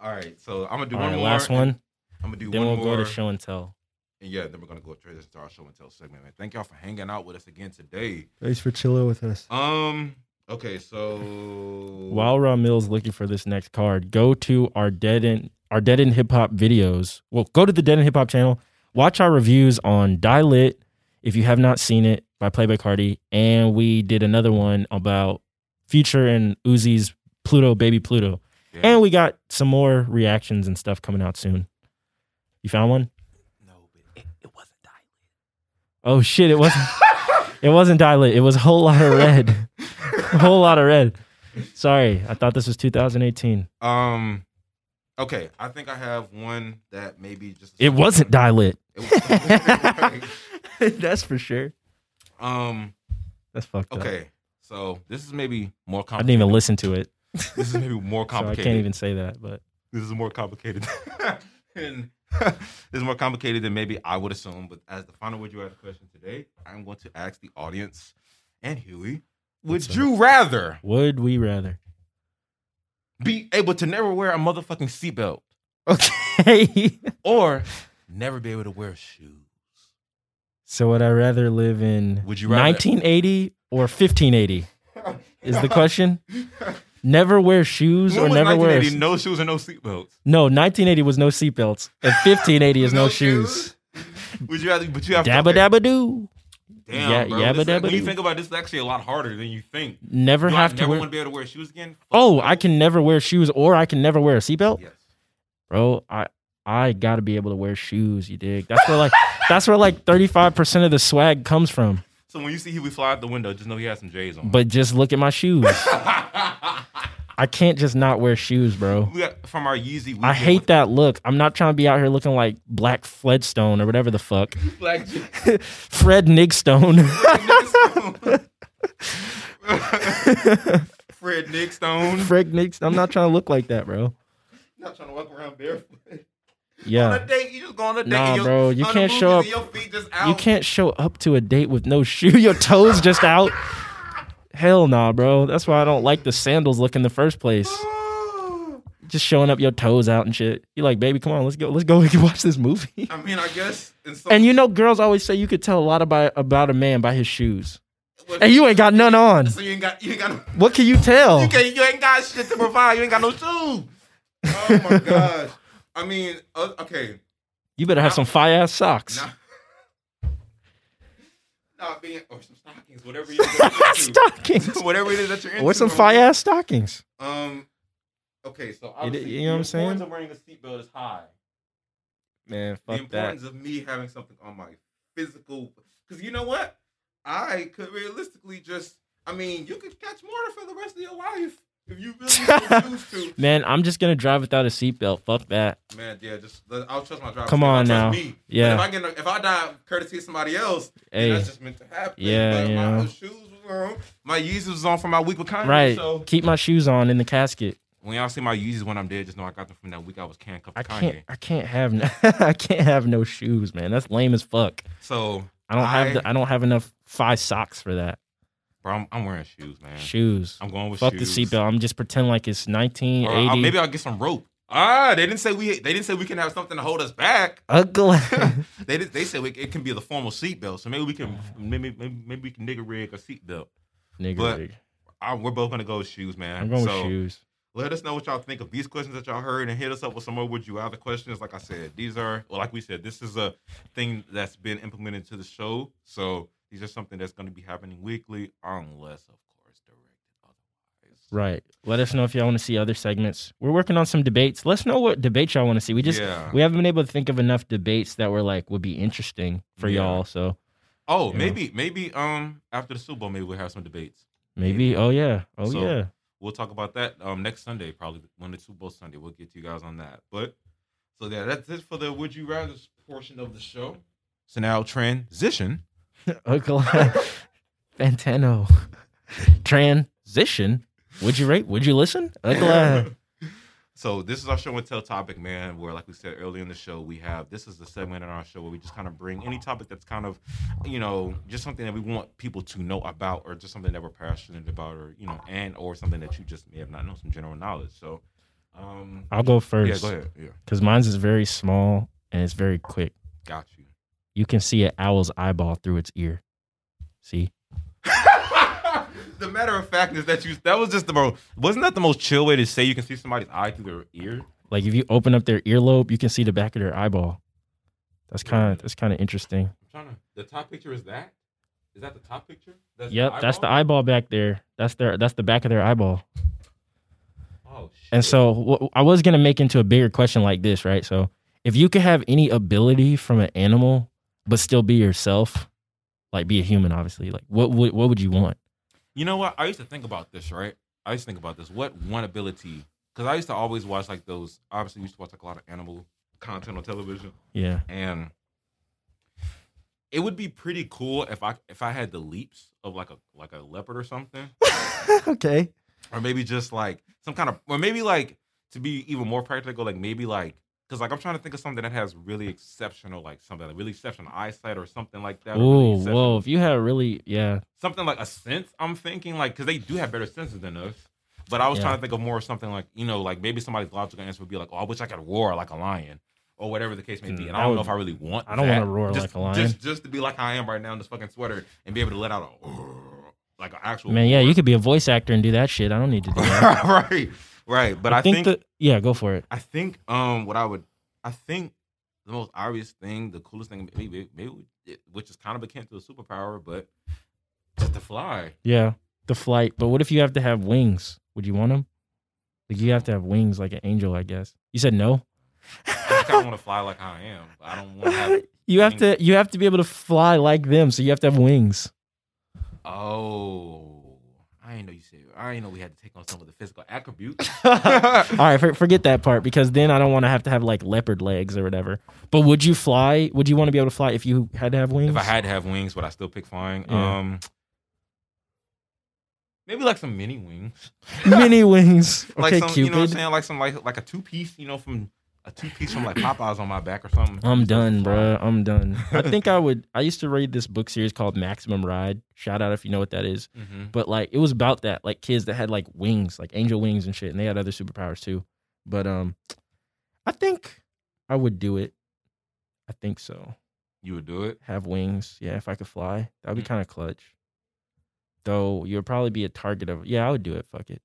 Speaker 2: All right, so I'm gonna do
Speaker 1: All
Speaker 2: one
Speaker 1: right,
Speaker 2: more.
Speaker 1: last one.
Speaker 2: I'm gonna do
Speaker 1: Then
Speaker 2: one
Speaker 1: we'll
Speaker 2: more.
Speaker 1: go to show and tell.
Speaker 2: and yeah, then we're gonna go transition to our show and tell segment. Man, thank y'all for hanging out with us again today.
Speaker 1: Thanks for chilling with us.
Speaker 2: Um. Okay, so
Speaker 1: While Raw Mills looking for this next card, go to our dead end our dead end hip hop videos. Well, go to the dead end hip hop channel. Watch our reviews on Die Lit if you have not seen it by Playback Hardy, and we did another one about Future and Uzi's Pluto Baby Pluto,
Speaker 2: Yeah.
Speaker 1: and we got some more reactions and stuff coming out soon. You found one?
Speaker 2: no, but it, it wasn't dying.
Speaker 1: Oh shit! It wasn't. it wasn't Die Lit. It was a whole lot of red. a whole lot of red. Sorry, I thought this was 2018.
Speaker 2: Um. Okay, I think I have one that maybe just
Speaker 1: It wasn't die lit.
Speaker 2: It
Speaker 1: That's for sure.
Speaker 2: was- um.
Speaker 1: That's fucked up.
Speaker 2: Okay, so this is maybe more
Speaker 1: I didn't
Speaker 2: complicated.
Speaker 1: even listen to it,
Speaker 2: This is maybe more
Speaker 1: so I
Speaker 2: complicated.
Speaker 1: can't even say that. But
Speaker 2: this is more complicated and this is more complicated than maybe I would assume. But as the final would you rather question today, I'm going to ask the audience and Huey, would
Speaker 1: What's up?
Speaker 2: you rather
Speaker 1: would we rather?
Speaker 2: be able to never wear a motherfucking seatbelt
Speaker 1: Okay.
Speaker 2: or never be able to wear shoes?
Speaker 1: so would I rather live in
Speaker 2: Would you rather-
Speaker 1: 1980 or 1580? Is the question? never wear shoes
Speaker 2: When
Speaker 1: or
Speaker 2: was
Speaker 1: never wear.
Speaker 2: 1980? no shoes and no seatbelts.
Speaker 1: No, 1980 was no seatbelts, and 1580 is no, shoes.
Speaker 2: Would you rather? But you have
Speaker 1: Dabba
Speaker 2: to,
Speaker 1: dabba doo.
Speaker 2: Damn,
Speaker 1: Yeah,
Speaker 2: bro.
Speaker 1: yabba
Speaker 2: This-
Speaker 1: dabba
Speaker 2: when you
Speaker 1: doo.
Speaker 2: think about it, this, is actually a lot harder than you think.
Speaker 1: Never
Speaker 2: Do I
Speaker 1: have to
Speaker 2: never
Speaker 1: wear.
Speaker 2: want to be able to wear shoes again? Fuck
Speaker 1: oh,
Speaker 2: no.
Speaker 1: I can never wear shoes, or I can never wear a seatbelt.
Speaker 2: Yes.
Speaker 1: bro i i gotta be able to wear shoes you dig that's where like that's where like 35% of the swag comes from
Speaker 2: So when you see Huey fly out the window, just know he has some J's on.
Speaker 1: but just look at my shoes i can't just not wear shoes bro
Speaker 2: we got from our Yeezy.
Speaker 1: i hate that look i'm not trying to be out here looking like black fledstone or whatever the fuck
Speaker 2: that. Black
Speaker 1: fred nigstone
Speaker 2: Fred Nickstone.
Speaker 1: fred nigstone i'm not trying to look like that bro
Speaker 2: Not trying to walk around barefoot. On a
Speaker 1: yeah
Speaker 2: date, you just go on a date.
Speaker 1: Nah,
Speaker 2: and your-
Speaker 1: bro, you
Speaker 2: on the
Speaker 1: can't
Speaker 2: movies
Speaker 1: show
Speaker 2: and
Speaker 1: up-
Speaker 2: Your feet just out.
Speaker 1: you can't show up to a date with no shoe your toes just out hell nah bro that's why i don't like the sandals look in the first place just showing up your toes out and shit. You're like, baby, come on, let's go, let's go, we can watch this movie.
Speaker 2: I mean, I guess. In some,
Speaker 1: And you know, girls always say you could tell a lot about about a man by his shoes.
Speaker 2: well,
Speaker 1: And you ain't got none on.
Speaker 2: So you ain't got. You ain't got. No,
Speaker 1: What can you tell?
Speaker 2: you, can't, you ain't got shit to provide. You ain't got no shoes. Oh my gosh. I mean, uh, okay.
Speaker 1: You better have some fire ass socks.
Speaker 2: Not, not being or some stockings, whatever you into.
Speaker 1: stockings.
Speaker 2: whatever it is that you're into.
Speaker 1: Or some
Speaker 2: homie.
Speaker 1: fire ass stockings.
Speaker 2: Um. Okay, so obviously,
Speaker 1: you know what I'm
Speaker 2: the importance
Speaker 1: saying?
Speaker 2: of wearing a seatbelt is high.
Speaker 1: Man,
Speaker 2: the importance of me having something on my physical, because you know what, I could realistically just. I mean, you could catch more for the rest of your life if you really so choose
Speaker 1: Man, I'm just gonna drive without a seatbelt. Fuck that.
Speaker 2: to. Man, yeah, just let- I'll trust my driver.
Speaker 1: Come
Speaker 2: I'll
Speaker 1: on
Speaker 2: trust
Speaker 1: now.
Speaker 2: me. But
Speaker 1: Yeah.
Speaker 2: if I get if I die courtesy of somebody else, Hey.
Speaker 1: Hey,
Speaker 2: That's just meant to happen.
Speaker 1: Yeah,
Speaker 2: but
Speaker 1: you
Speaker 2: my
Speaker 1: know.
Speaker 2: shoes was on. My Yeezys was on for my week with Kanye.
Speaker 1: right.
Speaker 2: So
Speaker 1: Keep my shoes on in the casket.
Speaker 2: when y'all see my Yeezys when I'm dead, just know I got them from that week I was handcuffed
Speaker 1: I
Speaker 2: to Kanye.
Speaker 1: can't. I can't have. No, I can't have no shoes, man. That's lame as fuck.
Speaker 2: So
Speaker 1: I don't have
Speaker 2: I-
Speaker 1: the, I don't have enough five socks for that.
Speaker 2: Bro, I'm, I'm wearing shoes, man.
Speaker 1: Shoes.
Speaker 2: I'm going with
Speaker 1: Fuck
Speaker 2: shoes.
Speaker 1: the seatbelt. I'm just pretend like it's
Speaker 2: Or I'll-
Speaker 1: 1980.
Speaker 2: maybe I'll get some rope. Ah, they didn't say we. They didn't say we can have something to hold us back.
Speaker 1: Ugly.
Speaker 2: They did, they said it, it can be the formal seatbelt. So maybe we can maybe maybe, maybe we can nigga rig a seatbelt.
Speaker 1: Nigga.
Speaker 2: But-
Speaker 1: rig.
Speaker 2: Ah, We're both gonna go with shoes, man.
Speaker 1: I'm going
Speaker 2: So,
Speaker 1: with shoes.
Speaker 2: Let us know what y'all think of these questions that y'all heard, and hit us up with some more would you rather questions. Like I said, these are well, like we said, this is a thing that's been implemented to the show. So these are something that's going to be happening weekly, unless of course directed otherwise.
Speaker 1: Right. Let us know if y'all want to see other segments. We're working on some debates. Let us know what debates y'all want to see. We just
Speaker 2: yeah.
Speaker 1: we haven't been able to think of enough debates that were like would be interesting for
Speaker 2: Yeah.
Speaker 1: y'all. So
Speaker 2: oh,
Speaker 1: yeah.
Speaker 2: maybe maybe um after the Super Bowl, maybe we'll have some debates.
Speaker 1: maybe. Oh yeah. Oh
Speaker 2: So-
Speaker 1: yeah.
Speaker 2: we'll talk about that um next Sunday, probably when the Super Bowl Sunday. We'll get you guys on that. But so yeah, that's it for the Would You Rather portion of the show. So now transition.
Speaker 1: Uncle Fantano. Transition. Would you rate? Would you listen? Uncle.
Speaker 2: so this is our show and tell topic, man, where like we said earlier in the show, we have this is the segment in our show where we just kind of bring any topic that's kind of, you know, just something that we want people to know about or just something that we're passionate about or, you know, and or something that you just may have not known, some general knowledge. So um
Speaker 1: I'll go
Speaker 2: yeah,
Speaker 1: first
Speaker 2: go ahead. Yeah.
Speaker 1: because mine's is very small and it's very quick.
Speaker 2: Got you.
Speaker 1: You can see an owl's eyeball through its ear. See,
Speaker 2: the matter of fact is that you that was just the most wasn't that the most chill way to say you can see somebody's eye through their ear?
Speaker 1: like if you open up their earlobe, you can see the back of their eyeball. That's kind of that's kind of interesting.
Speaker 2: I'm trying to the top picture is that? Is that the top picture? That's
Speaker 1: Yep, that's the
Speaker 2: eyeball?
Speaker 1: eyeball back there. That's their that's the back of their eyeball.
Speaker 2: Oh shit.
Speaker 1: And so wh- I was gonna make into a bigger question like this, right? So if you could have any ability from an animal but still be yourself, like be a human, obviously, like what would what would you want?
Speaker 2: You know what? I used to think about this, right? I used to think about this. What one ability? Because I used to always watch like those. Obviously, we used to watch like a lot of animal content on television,
Speaker 1: Yeah,
Speaker 2: and it would be pretty cool if I if I had the leaps of like a like a leopard or something,
Speaker 1: okay,
Speaker 2: or maybe just like some kind of, or maybe like to be even more practical, like maybe like because like I'm trying to think of something that has really exceptional, like something like really exceptional eyesight or something like that. or really
Speaker 1: Oh,
Speaker 2: exceptional-
Speaker 1: whoa! If you had really, yeah,
Speaker 2: something like a sense. I'm thinking like because they do have better senses than us. But I was
Speaker 1: Yeah.
Speaker 2: trying to think of more something like you know like maybe somebody's logical answer would be like, oh, I wish I could roar like a lion or whatever the case may be. And I
Speaker 1: That
Speaker 2: don't
Speaker 1: Mm, would-
Speaker 2: know if I really want.
Speaker 1: I don't
Speaker 2: that.
Speaker 1: wanna roar
Speaker 2: Just-
Speaker 1: like a lion.
Speaker 2: Just just to be like I am right now in this fucking sweater and be able to let out a "Roar," like an actual
Speaker 1: man, yeah,
Speaker 2: roar.
Speaker 1: you could be a voice actor and do that shit. I don't need to do that.
Speaker 2: right right. But I, think,
Speaker 1: the, yeah, go for it.
Speaker 2: I think um what I would I think the most obvious thing, the coolest thing, maybe maybe which is kind of akin to a superpower, but just to fly.
Speaker 1: Yeah, the flight. But what if you have to have wings? Would you want them? Like you have to have wings, like an angel, I guess. You said no.
Speaker 2: I just kind of want to fly like I am. But I don't want to have.
Speaker 1: You have to you have to be able to fly like them, so you have to have wings.
Speaker 2: Oh, I ain't know you said. I ain't know we had to take on some of the physical attributes.
Speaker 1: All right, for, forget that part because then I don't want to have to have like leopard legs or whatever. But would you fly? Would you want to be able to fly if you had to have wings?
Speaker 2: if I had to have wings, would I still pick flying?
Speaker 1: Yeah.
Speaker 2: Um, maybe like some mini wings,
Speaker 1: mini wings. Okay,
Speaker 2: like some,
Speaker 1: Cupid.
Speaker 2: you know what I'm saying, like some like like a two piece, you know, from a two piece from like Popeyes on my back or something.
Speaker 1: I'm done, bruh. I'm done. I think I would. I used to read this book series called Maximum Ride. Shout out if you know what that is.
Speaker 2: hmm
Speaker 1: But like, it was about that, like kids that had like wings, like angel wings and shit, and they had other superpowers too. But um, I think I would do it. I think so.
Speaker 2: You would do it.
Speaker 1: Have wings, yeah. If I could fly, that'd be
Speaker 2: Mm.
Speaker 1: kind of clutch. Though you would probably be a target of. Yeah, I would do it. Fuck it.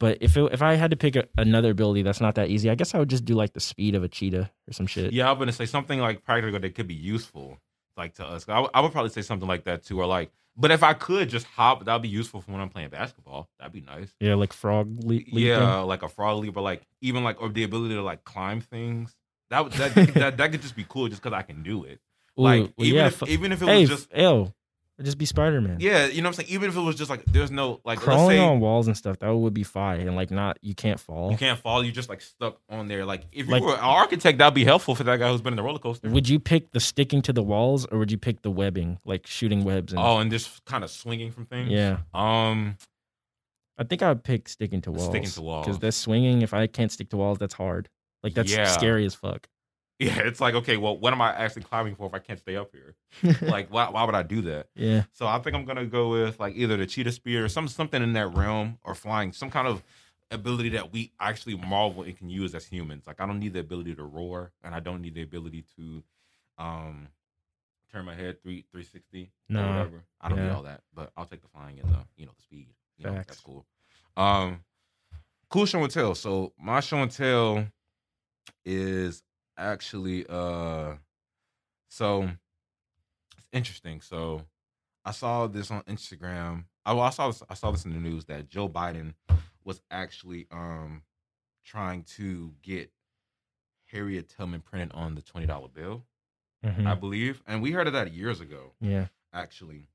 Speaker 1: But if it, if I had to pick a, another ability that's not that easy, I guess I would just do like the speed of a cheetah or some shit.
Speaker 2: Yeah, I'm gonna say something like practical that could be useful, like to us. I would- I would probably say something like that too, or like. But if I could just hop, that'd be useful for when I'm playing basketball. That'd be nice.
Speaker 1: Yeah, like frog le- leaping.
Speaker 2: yeah, like a frog leap, or like even like or the ability to like climb things. That would that that, that, that could just be cool just because I can do it. Like
Speaker 1: Ooh,
Speaker 2: even
Speaker 1: yeah,
Speaker 2: if,
Speaker 1: fu-
Speaker 2: even if it
Speaker 1: hey,
Speaker 2: was just
Speaker 1: L, just be Spider Man.
Speaker 2: yeah, you know what I'm saying. Even if it was just like there's no like let's
Speaker 1: crawling
Speaker 2: say
Speaker 1: on walls and stuff that would be fine, and like not you can't fall.
Speaker 2: you can't fall, you just like stuck on there. Like if you
Speaker 1: Like-
Speaker 2: were an architect, that'd be helpful for that guy who's been in the roller coaster.
Speaker 1: Would you pick the sticking to the walls or would you pick the webbing, like shooting webs? And,
Speaker 2: Oh, and just kind of swinging from things.
Speaker 1: yeah,
Speaker 2: Um.
Speaker 1: I think I would pick sticking to walls.
Speaker 2: Sticking to walls.
Speaker 1: because that's swinging. If I can't stick to walls, that's hard. Like that's
Speaker 2: Yeah.
Speaker 1: scary as fuck.
Speaker 2: Yeah, it's like okay, well, what am I actually climbing for if I can't stay up here? Like, why why would I do that?
Speaker 1: yeah.
Speaker 2: So I think I'm gonna go with like either the cheetah spear or some something in that realm or flying, some kind of ability that we actually marvel and can use as humans. Like I don't need the ability to roar and I don't need the ability to um turn my head three three sixty
Speaker 1: No.
Speaker 2: or whatever. I don't need
Speaker 1: Yeah.
Speaker 2: all that. But I'll take the flying and the you know the speed. You know,
Speaker 1: Facts.
Speaker 2: that's cool. Um cool show and tell. So my show and tell is actually uh so it's interesting. So I saw this on Instagram. I, well, I saw this, I saw this in the news that Joe Biden was actually um trying to get Harriet Tubman printed on the twenty dollar bill,
Speaker 1: Mhm.
Speaker 2: I believe, and we heard of that years ago
Speaker 1: yeah.
Speaker 2: actually.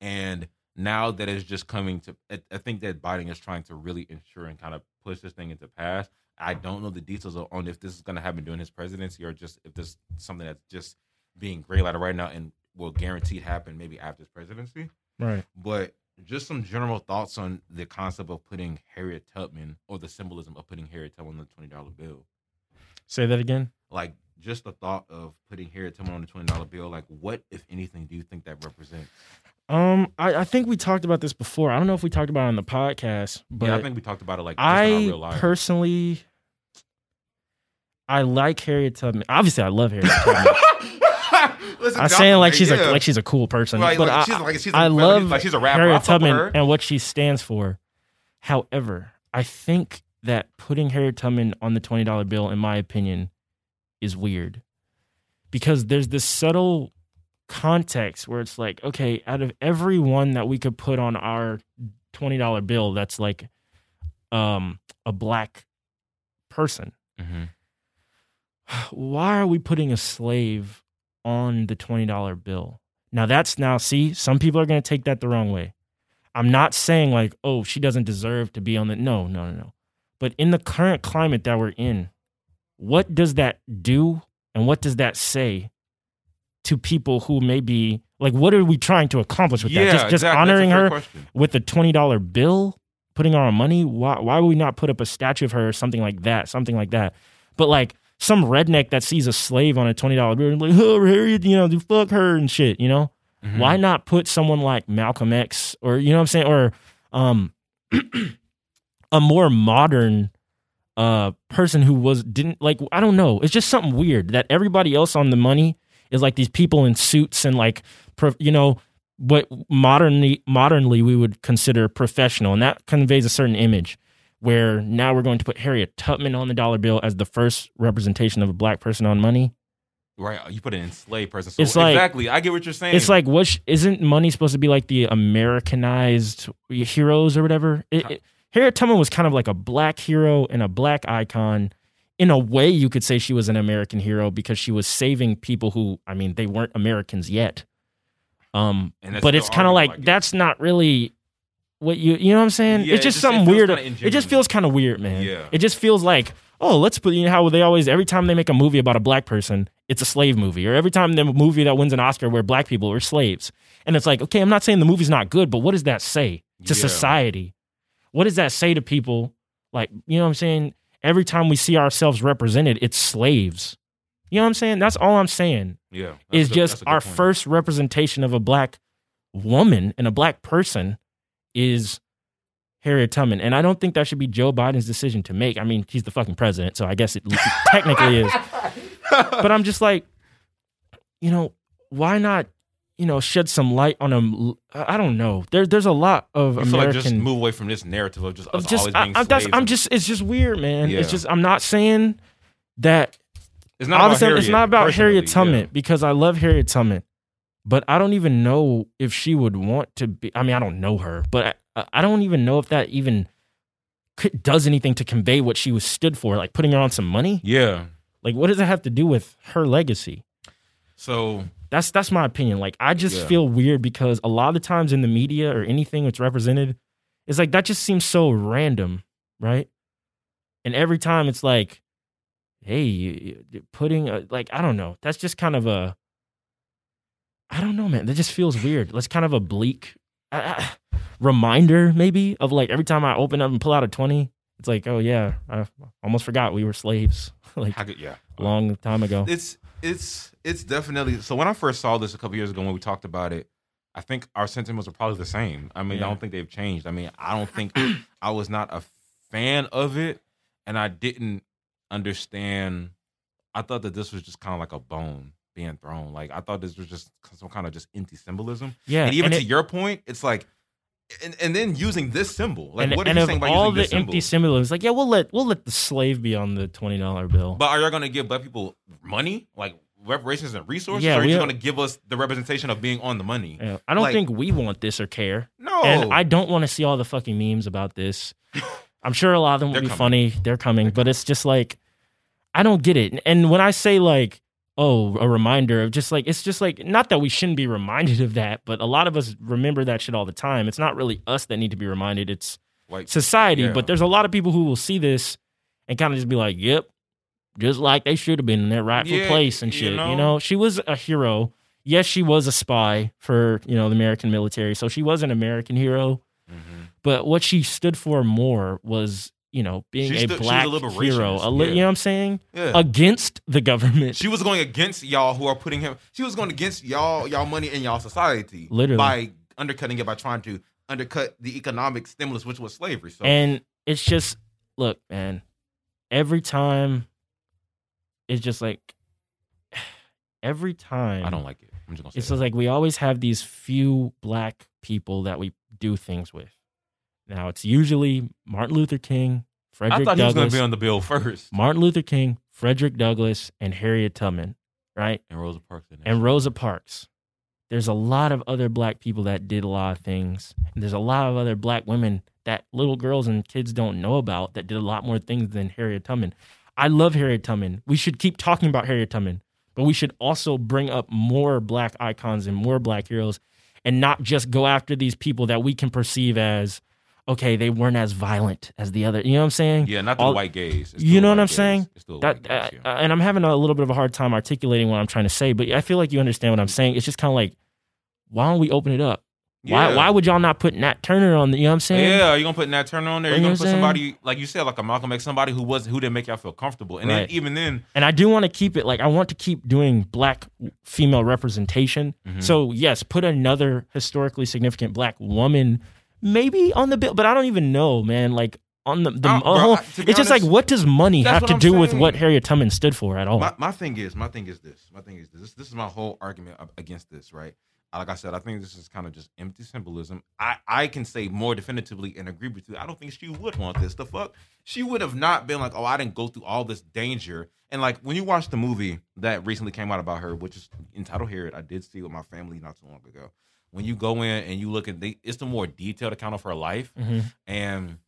Speaker 2: And now that it's just coming to, I, I think that Biden is trying to really ensure and kind of push this thing into pass. I don't know the details of- on if this is going to happen during his presidency or just if this is something that's just being grayed out right now and will guaranteed happen maybe after his presidency.
Speaker 1: Right.
Speaker 2: But just some general thoughts on the concept of putting Harriet Tubman or the symbolism of putting Harriet Tubman on the twenty dollar bill
Speaker 1: Say that again.
Speaker 2: like just the thought of putting Harriet Tubman on the twenty dollar bill, like what if anything do you think that represents?
Speaker 1: Um, I, I think we talked about this before. I don't know if we talked about it on the podcast, but
Speaker 2: yeah, I think we talked about it like just in our real
Speaker 1: I
Speaker 2: life.
Speaker 1: personally, I like Harriet Tubman. Obviously, I love Harriet Tubman.
Speaker 2: Listen,
Speaker 1: I'm
Speaker 2: Dr.
Speaker 1: saying like
Speaker 2: Dre,
Speaker 1: she's
Speaker 2: yeah.
Speaker 1: a like she's a cool person,
Speaker 2: Right,
Speaker 1: but
Speaker 2: like,
Speaker 1: I,
Speaker 2: she's like she's a
Speaker 1: I
Speaker 2: melody,
Speaker 1: love
Speaker 2: like she's a rapper. I
Speaker 1: Harriet
Speaker 2: fuck with
Speaker 1: Tubman
Speaker 2: her.
Speaker 1: and what she stands for. However, I think that putting Harriet Tubman on the twenty dollar bill, in my opinion, is weird because there's this subtle context where it's like, okay, out of everyone that we could put on our twenty dollar bill, that's like um, a black person Mm-hmm. why are we putting a slave on the $20 bill? Now that's now see, some people are going to take that the wrong way. I'm not saying like, oh, she doesn't deserve to be on the no, no, no, no. But in the current climate that we're in, what does that do and what does that say to people who may be like what are we trying to accomplish with that? Just just
Speaker 2: exactly. That's a
Speaker 1: honoring
Speaker 2: fair
Speaker 1: her
Speaker 2: question.
Speaker 1: with a twenty dollar bill, putting our money. Why why would we not put up a statue of her or something like that? Something like that. But like some redneck that sees a slave on a twenty dollar bill, like oh Harriet, you know, dude, fuck her and shit. You know,
Speaker 2: Mhm.
Speaker 1: why not put someone like Malcolm X or you know what I'm saying, or um, a more modern uh person who was didn't like I don't know. It's just something weird that everybody else on the money is like these people in suits and like pro- you know what modernly modernly we would consider professional, and that conveys a certain image. Where now we're going to put Harriet Tubman on the dollar bill as the first representation of a black person on money.
Speaker 2: Right, you put an enslaved person. So
Speaker 1: It's like-
Speaker 2: exactly, I get what you're saying.
Speaker 1: It's like what sh- isn't money supposed to be like the Americanized heroes or whatever? It, it, Harriet Tubman was kind of like a black hero and a black icon. In a way, you could say she was an American hero because she was saving people who, I mean, they weren't Americans yet. Um,
Speaker 2: And that's
Speaker 1: but
Speaker 2: still
Speaker 1: it's kind of
Speaker 2: arguable,
Speaker 1: like
Speaker 2: I guess.
Speaker 1: that's not really what you you know what I'm saying?
Speaker 2: Yeah,
Speaker 1: it's
Speaker 2: it
Speaker 1: just,
Speaker 2: just-
Speaker 1: something
Speaker 2: it feels
Speaker 1: weird.
Speaker 2: kinda
Speaker 1: It just
Speaker 2: ingenuine.
Speaker 1: feels kind of weird, man.
Speaker 2: Yeah.
Speaker 1: It just feels like oh, let's put you know how they always every time they make a movie about a black person, it's a slave movie, or every time the movie that wins an Oscar where black people are slaves, and it's like okay, I'm not saying the movie's not good, but what does that say to
Speaker 2: Yeah.
Speaker 1: society? What does that say to people? Like you know what I'm saying? Every time we see ourselves represented, it's slaves. You know what I'm saying? That's all I'm saying
Speaker 2: yeah, that's
Speaker 1: is
Speaker 2: a- that's
Speaker 1: just
Speaker 2: a good
Speaker 1: our
Speaker 2: point.
Speaker 1: first representation of a black woman and a black person is Harriet Tubman. And I don't think that should be Joe Biden's decision to make. I mean, he's the fucking president, so I guess it technically is. But I'm just like, you know, why not, you know, shed some light on him? I I don't know. There, there's a lot of
Speaker 2: I feel like
Speaker 1: American
Speaker 2: just move away from this narrative of just us
Speaker 1: of just
Speaker 2: always
Speaker 1: I,
Speaker 2: being
Speaker 1: I, that's,
Speaker 2: slaves
Speaker 1: I'm
Speaker 2: and-
Speaker 1: just it's just weird, man. It's
Speaker 2: Yeah.
Speaker 1: just I'm not saying that
Speaker 2: It's not
Speaker 1: obviously,
Speaker 2: about
Speaker 1: it's not about Harriet
Speaker 2: personally,
Speaker 1: Tubman
Speaker 2: yeah.
Speaker 1: because I love Harriet Tubman, but I don't even know if she would want to be. I mean, I don't know her, but I, I don't even know if that even could, does anything to convey what she was stood for. Like putting her on some money.
Speaker 2: Yeah.
Speaker 1: Like, what does it have to do with her legacy?
Speaker 2: So
Speaker 1: That's that's my opinion. Like, I just
Speaker 2: Yeah.
Speaker 1: feel weird because a lot of the times in the media or anything that's represented, it's like that just seems so random, right? And every time it's like, hey, you, you- putting a, like I don't know. That's just kind of a, I don't know, man. That just feels weird. That's kind uh, of a bleak uh, reminder, maybe, of like every time I open up and pull out a twenty, It's like, oh yeah, I almost forgot we were slaves like
Speaker 2: How could yeah?
Speaker 1: a long time ago.
Speaker 2: It's it's it's definitely so. When I first saw this a couple years ago, when we talked about it, I think our sentiments are probably the same. I mean,
Speaker 1: Yeah.
Speaker 2: I don't think they've changed. I mean, I don't think I was not a fan of it, and I didn't understand. I thought that this was just kind of like a bone being thrown. Like I thought this was just some kind of just empty symbolism.
Speaker 1: Yeah,
Speaker 2: and even
Speaker 1: and
Speaker 2: to
Speaker 1: it-
Speaker 2: your point, it's like, and, and then using this symbol, like
Speaker 1: and,
Speaker 2: what are
Speaker 1: and
Speaker 2: you
Speaker 1: of
Speaker 2: saying about
Speaker 1: all
Speaker 2: using
Speaker 1: the
Speaker 2: this symbol?
Speaker 1: empty symbolisms, like yeah, we'll let we'll let the slave be on the twenty dollar bill.
Speaker 2: But are y'all gonna give black people money, like reparations and resources,
Speaker 1: Yeah,
Speaker 2: or are
Speaker 1: we
Speaker 2: you
Speaker 1: are-
Speaker 2: gonna give us the representation of being on the money?
Speaker 1: Yeah, I don't
Speaker 2: like- Oh.
Speaker 1: think we want this or care.
Speaker 2: No,
Speaker 1: And I don't want to see all the fucking memes about this. I'm sure a lot of them will
Speaker 2: They're
Speaker 1: be
Speaker 2: coming.
Speaker 1: funny. They're coming, but it's just like I don't get it. And when I say like, oh, a reminder of just like it's just like not that we shouldn't be reminded of that, but a lot of us remember that shit all the time. It's not really us that need to be reminded. It's
Speaker 2: Like,
Speaker 1: society.
Speaker 2: Yeah.
Speaker 1: But there's a lot of people who will see this and kind of just be like, yep, just like they should have been in their rightful
Speaker 2: Yeah,
Speaker 1: place and
Speaker 2: you
Speaker 1: shit. You know?
Speaker 2: know?
Speaker 1: she was a hero. Yes, she was a spy for you know the American military, so she was an American hero.
Speaker 2: mhm.
Speaker 1: But what she stood for more was you know being
Speaker 2: She
Speaker 1: a
Speaker 2: stood- she was a
Speaker 1: black
Speaker 2: liberationist,
Speaker 1: hero, a li-
Speaker 2: yeah.
Speaker 1: you know what I'm saying,
Speaker 2: yeah,
Speaker 1: against the government.
Speaker 2: she was going against y'all who are putting him. She was going against y'all, y'all money and y'all society,
Speaker 1: Literally.
Speaker 2: by undercutting it by trying to undercut the economic stimulus, which was slavery. So
Speaker 1: And it's just look, man, every time it's just like every time
Speaker 2: I don't like it. I'm just gonna say
Speaker 1: It's
Speaker 2: that.
Speaker 1: just like we always have these few black people that we do things with. Now it's usually Martin Luther King,
Speaker 2: I
Speaker 1: Frederick
Speaker 2: thought he was gonna
Speaker 1: Douglass,
Speaker 2: be on the bill first,
Speaker 1: Martin Luther King, Frederick Douglass, and Harriet Tubman, right?
Speaker 2: and Rosa Parks in there.
Speaker 1: And Rosa Parks. There's a lot of other black people that did a lot of things. And there's a lot of other black women that little girls and kids don't know about that did a lot more things than Harriet Tubman. I love Harriet Tubman. We should keep talking about Harriet Tubman, but we should also bring up more black icons and more black heroes and not just go after these people that we can perceive as okay, they weren't as violent as the other. You know what I'm saying?
Speaker 2: yeah, not the
Speaker 1: all-
Speaker 2: white gays. It's
Speaker 1: You
Speaker 2: still
Speaker 1: know what
Speaker 2: white
Speaker 1: I'm
Speaker 2: gays.
Speaker 1: saying?
Speaker 2: It's still
Speaker 1: that,
Speaker 2: white gays,
Speaker 1: uh,
Speaker 2: yeah.
Speaker 1: uh, and I'm having a little bit of a hard time articulating what I'm trying to say, but I feel like you understand what I'm saying. It's just kind of like, why don't we open it up? Why
Speaker 2: Yeah.
Speaker 1: why would y'all not put Nat Turner on? The, you know what I'm saying?
Speaker 2: Yeah, you're gonna put Nat Turner on there.
Speaker 1: You
Speaker 2: You're
Speaker 1: know what
Speaker 2: gonna put
Speaker 1: I'm
Speaker 2: somebody like you said, like a Malcolm X, somebody who was who didn't make y'all feel comfortable. And
Speaker 1: Right.
Speaker 2: then even then,
Speaker 1: And I do want to keep it like I want to keep doing black female representation.
Speaker 2: Mhm.
Speaker 1: So yes, put another historically significant black woman maybe on the bill, but I don't even know, man. Like on the, the
Speaker 2: Uh, bro,
Speaker 1: whole,
Speaker 2: I- to be
Speaker 1: it's just like
Speaker 2: honest,
Speaker 1: what does money
Speaker 2: that's
Speaker 1: have
Speaker 2: what
Speaker 1: to
Speaker 2: I'm
Speaker 1: do with
Speaker 2: saying.
Speaker 1: what Harriet Tubman stood for at all?
Speaker 2: my, my thing is, my thing is this. My thing is this. This is my whole argument ab- against this, right? Uh, Like I said, I think this is kind of just empty symbolism. I I can say more definitively and agree with you. I don't think she would want this. The fuck, she would have not been like, oh, I didn't go through all this danger. And like when you watch the movie that recently came out about her, which is entitled "Hear It," I did see it with my family not too long ago. When you go in and you look at the, it's the more detailed account of her life.
Speaker 1: Mhm.
Speaker 2: and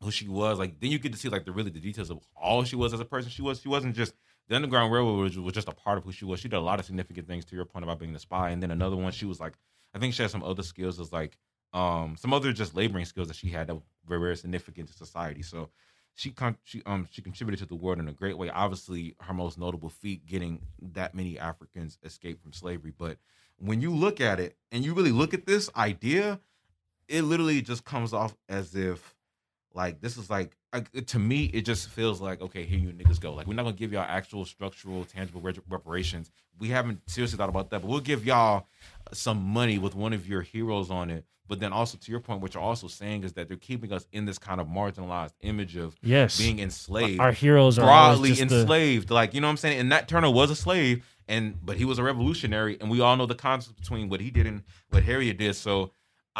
Speaker 2: who she was. Like then you get to see like the really the details of all she was as a person. She was she wasn't just the Underground Railroad was, was just a part of who she was. She did a lot of significant things to your point about being the spy. And then another one, she was like I think she had some other skills as like um some other just laboring skills that she had that were very significant to society. So she con- she um she contributed to the world in a great way. Obviously, her most notable feat getting that many Africans escaped from slavery. But when you look at it and you really look at this idea, it literally just comes off as if like this is like I- to me it just feels like okay here you niggas go like we're not gonna give y'all actual structural tangible reg- reparations we haven't seriously thought about that but we'll give y'all some money with one of your heroes on it but then also to your point what you're also saying is that they're keeping us in this kind of marginalized image of
Speaker 1: yes,
Speaker 2: being enslaved
Speaker 1: our heroes are always
Speaker 2: broadly
Speaker 1: just the-
Speaker 2: enslaved. Like you know what I'm saying. And Nat Turner was a slave, and but he was a revolutionary, and we all know the conflict between what he did and what Harriet did. So.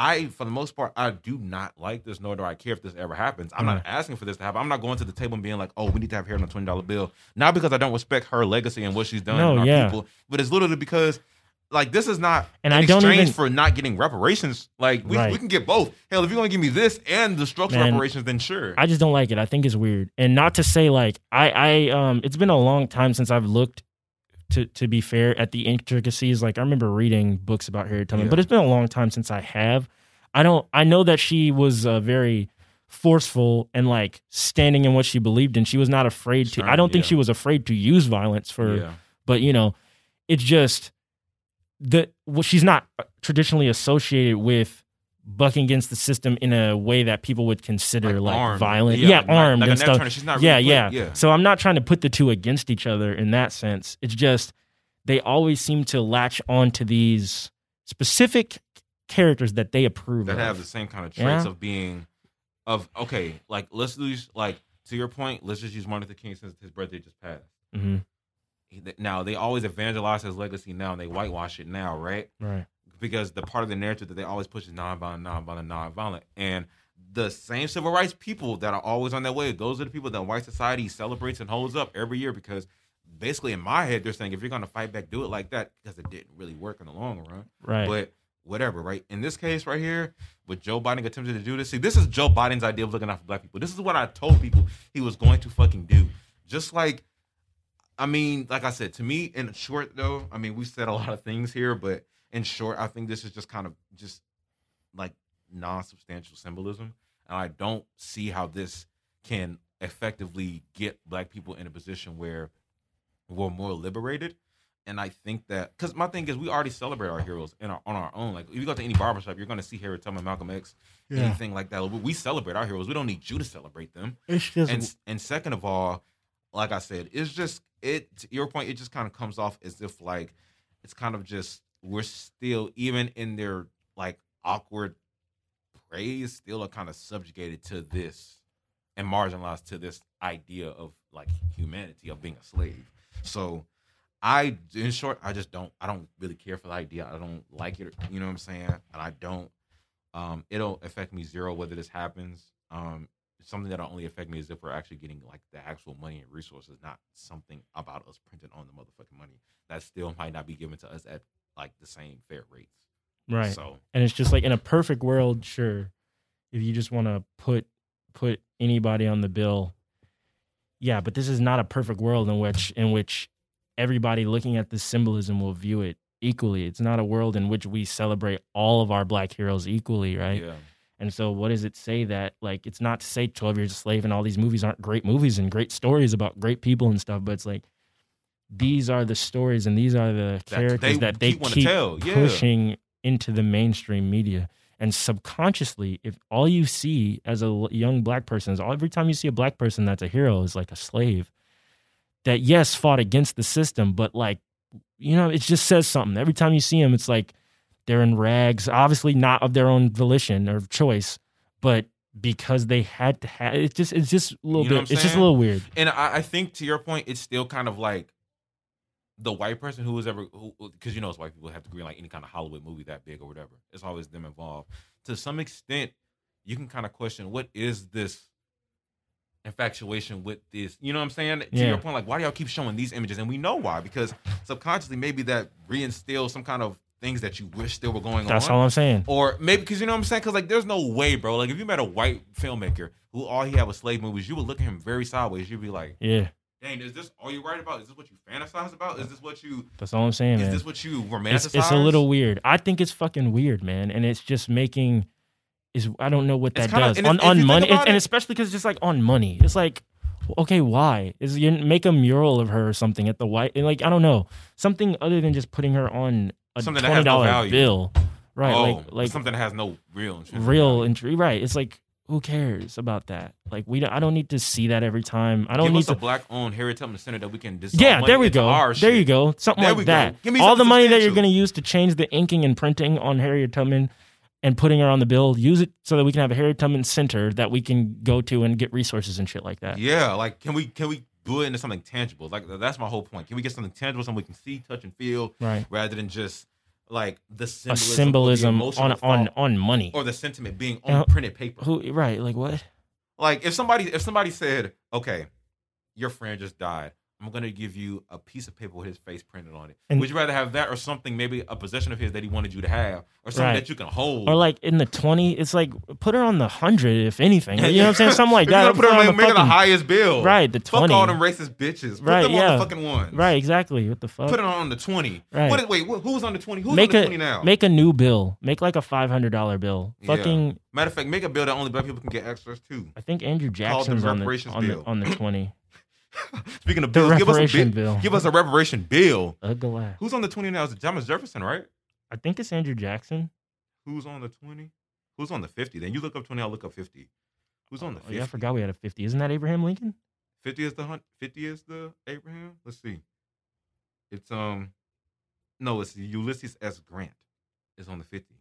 Speaker 2: I, for the most part, I do not like this, nor do I care if this ever happens. I'm
Speaker 1: Mm.
Speaker 2: not asking for this to happen. I'm not going to the table and being like, "Oh, we need to have Harriet on a twenty dollar bill," not because I don't respect her legacy and what she's done
Speaker 1: No,
Speaker 2: and our
Speaker 1: yeah.
Speaker 2: people, but it's literally because, like, this is not
Speaker 1: And
Speaker 2: in
Speaker 1: I don't
Speaker 2: exchange
Speaker 1: even-
Speaker 2: for not getting reparations. Like, we,
Speaker 1: Right.
Speaker 2: we can get both. Hell, if you're going to give me this and the structural
Speaker 1: Man,
Speaker 2: reparations, then sure.
Speaker 1: I just don't like it. I think it's weird. And not to say like I I um it's been a long time since I've looked to to be fair at the intricacies. Like I remember reading books about Harriet Tubman,
Speaker 2: Yeah.
Speaker 1: but it's been a long time since I have. I don't I know that she was uh, very forceful and like standing in what she believed in. She was not afraid to I
Speaker 2: Stern,
Speaker 1: don't think
Speaker 2: yeah.
Speaker 1: she was afraid to use violence for
Speaker 2: yeah.
Speaker 1: but you know it's just the well, she's not traditionally associated with bucking against the system in a way that people would consider like,
Speaker 2: armed.
Speaker 1: violent. Yeah,
Speaker 2: like, not-
Speaker 1: armed
Speaker 2: like a
Speaker 1: and
Speaker 2: Nat
Speaker 1: stuff.
Speaker 2: Turner. She's not
Speaker 1: yeah,
Speaker 2: really quick.
Speaker 1: yeah,
Speaker 2: yeah.
Speaker 1: So I'm not trying to put the two against each other in that sense. It's just they always seem to latch onto these specific characters that they approve
Speaker 2: that
Speaker 1: of.
Speaker 2: have the same kind of traits
Speaker 1: Yeah.
Speaker 2: of being of okay, like let's use like to your point, let's just use Martin Luther King since his birthday just passed.
Speaker 1: Mhm,
Speaker 2: He- th- Now they always evangelize his legacy now and they whitewash it now, right?
Speaker 1: Right.
Speaker 2: Because the part of the narrative that they always push is nonviolent, nonviolent, nonviolent. And the same civil rights people that are always on their way, those are the people that white society celebrates and holds up every year because basically in my head they're saying if you're gonna fight back, do it like that, because it didn't really work in the long run.
Speaker 1: Right.
Speaker 2: But whatever, right? In this case right here, with Joe Biden attempted to do this, see, this is Joe Biden's idea of looking out for black people. This is what I told people he was going to fucking do. Just like, I mean, like I said, to me, in short though, I mean, we said a lot of things here, but in short, I think this is just kind of just like non-substantial symbolism, and I don't see how this can effectively get black people in a position where we're more liberated. And I think that because my thing is we already celebrate our heroes in our, on our own. Like if you go to any barbershop, you're gonna see Harry Tubman, Malcolm X, anything like that. We celebrate our heroes. We don't need you to celebrate them
Speaker 1: It's just
Speaker 2: and and second of all, like I said, it's just it. To your point, it just kind of comes off as if like it's kind of just we're still even in their like awkward praise, still are kind of subjugated to this and marginalized to this idea of like humanity of being a slave. So. I, in short, I just don't. I don't really care for the idea. I don't like it. You know what I'm saying? And I don't. Um, it'll affect me zero whether this happens. Um, something that'll only affect me is if we're actually getting like the actual money and resources, not something about us printing on the motherfucking money that still might not be given to us at like the same fair rates.
Speaker 1: right.
Speaker 2: So
Speaker 1: and it's just like in a perfect world sure if you just want to put put anybody on the bill yeah but this is not a perfect world in which in which everybody looking at this symbolism will view it equally it's not a world in which we celebrate all of our black heroes equally right
Speaker 2: yeah,
Speaker 1: and so what does it say that like it's not to say 12 years a slave and all these movies aren't great movies and great stories about great people and stuff but it's like these are the stories and these are the characters that they
Speaker 2: wanna
Speaker 1: keep
Speaker 2: tell.
Speaker 1: pushing into the mainstream media. And subconsciously, if all you see as a l- young black person is all, every time you see a black person that's a hero is like a slave that, yes, fought against the system, but like, you know, it just says something. Every time you see them, it's like they're in rags, obviously not of their own volition or choice, but because they had to have it's just it's just a little
Speaker 2: You know what I'm
Speaker 1: bit it's just a
Speaker 2: saying?
Speaker 1: little weird
Speaker 2: and I, I think to your point, it's still kind of like the white person who was ever who because you know it's white people have to agree on, like any kind of Hollywood movie that big or whatever. It's always them involved. To some extent, you can kind of question what is this infatuation with this. You know what I'm saying? To
Speaker 1: Yeah.
Speaker 2: your point, like why do y'all keep showing these images? And we know why because subconsciously maybe that reinstills some kind of things that you wish still were going
Speaker 1: that's
Speaker 2: on
Speaker 1: all i'm saying
Speaker 2: or maybe because you know what I'm saying? Because like, there's no way, bro. Like, if you met a white filmmaker who all he had was slave movies, you would look at him very sideways. You'd be like,
Speaker 1: yeah
Speaker 2: "Dang, is this all you write about? Is this what you fantasize about? Is this what you?
Speaker 1: that's all i'm saying
Speaker 2: Is
Speaker 1: man.
Speaker 2: this what you romanticize?"
Speaker 1: it's, it's a little weird. I think it's fucking weird, man, and it's just making is I don't know what
Speaker 2: It's
Speaker 1: that
Speaker 2: kinda-
Speaker 1: does
Speaker 2: and if-
Speaker 1: on
Speaker 2: if you
Speaker 1: on
Speaker 2: think
Speaker 1: money,
Speaker 2: about
Speaker 1: and, and
Speaker 2: it-
Speaker 1: especially because just like on money, it's like okay, why is you make a mural of her or something at the white and like I don't know something other than just putting her on a
Speaker 2: Something that
Speaker 1: twenty
Speaker 2: has no
Speaker 1: dollar
Speaker 2: value.
Speaker 1: bill, right?
Speaker 2: oh,
Speaker 1: like like
Speaker 2: something that has no real interest.
Speaker 1: real entry, right? It's like who cares about that? Like we don't, I don't need to see that every time. I don't
Speaker 2: Give
Speaker 1: need
Speaker 2: us
Speaker 1: to
Speaker 2: a black-owned Harriet Tubman Center that we can dissolve
Speaker 1: yeah,
Speaker 2: money
Speaker 1: there we
Speaker 2: into
Speaker 1: go.
Speaker 2: Our
Speaker 1: There
Speaker 2: shit.
Speaker 1: you go. Something
Speaker 2: There
Speaker 1: like
Speaker 2: we go.
Speaker 1: that.
Speaker 2: Give me
Speaker 1: All the
Speaker 2: something
Speaker 1: money that you're
Speaker 2: substantial.
Speaker 1: going to use to change the inking and printing on Harriet Tubman and putting her on the bill, use it so that we can have a Harriet Tubman center that we can go to and get resources and shit like that.
Speaker 2: Yeah, like can we can we do it into something tangible? Like that's my whole point. Can we get something tangible, something we can see, touch, and feel,
Speaker 1: Right.
Speaker 2: rather than just like the
Speaker 1: A
Speaker 2: symbolism, or the
Speaker 1: symbolism
Speaker 2: emotional
Speaker 1: on on
Speaker 2: thought
Speaker 1: on money.
Speaker 2: or the sentiment being
Speaker 1: Uh,
Speaker 2: on printed paper.
Speaker 1: Who right? Like what?
Speaker 2: like if somebody if somebody said okay your friend just died i'm gonna give you a piece of paper with his face printed on it
Speaker 1: And-
Speaker 2: would you rather have that or something maybe a possession of his that he wanted you to have or something
Speaker 1: Right.
Speaker 2: that you can hold
Speaker 1: Or like in the twenty, it's like put her on the hundred if anything. You know what I'm saying? Something like
Speaker 2: If you're
Speaker 1: that.
Speaker 2: gonna
Speaker 1: Don't
Speaker 2: put her on, like,
Speaker 1: the
Speaker 2: maybe the
Speaker 1: fucking-
Speaker 2: highest bill
Speaker 1: right the
Speaker 2: fuck
Speaker 1: twenty.
Speaker 2: all them racist bitches put
Speaker 1: Right,
Speaker 2: them
Speaker 1: yeah.
Speaker 2: on the fucking one
Speaker 1: right, exactly. What the fuck?
Speaker 2: put it on the 20
Speaker 1: Right.
Speaker 2: what is, wait wh- who's on the 20 who's
Speaker 1: make
Speaker 2: on the
Speaker 1: a
Speaker 2: 20 now
Speaker 1: make a new bill. Make like a five hundred dollar bill.
Speaker 2: Yeah.
Speaker 1: Fucking
Speaker 2: matter of fact make a bill that only black people can get access to
Speaker 1: I think Andrew
Speaker 2: Called the
Speaker 1: Jackson's on the,
Speaker 2: reparations
Speaker 1: on the
Speaker 2: bill.
Speaker 1: on the twenty.
Speaker 2: speaking of
Speaker 1: The
Speaker 2: bills give us, a
Speaker 1: reparation
Speaker 2: bi-
Speaker 1: bill.
Speaker 2: give us a reparation bill
Speaker 1: Ugly laugh.
Speaker 2: who's on the 20 now is it thomas jefferson right
Speaker 1: I think it's Andrew Jackson.
Speaker 2: who's on the 20 Who's on the 50? Then you look up 20, I'll look up 50. Who's on the
Speaker 1: Oh,
Speaker 2: 50?
Speaker 1: yeah, I forgot we had a 50. Isn't that Abraham Lincoln?
Speaker 2: 50 is the hunt 50 is the Abraham? Let's see. It's um no, it's Ulysses S. Grant is on the 50.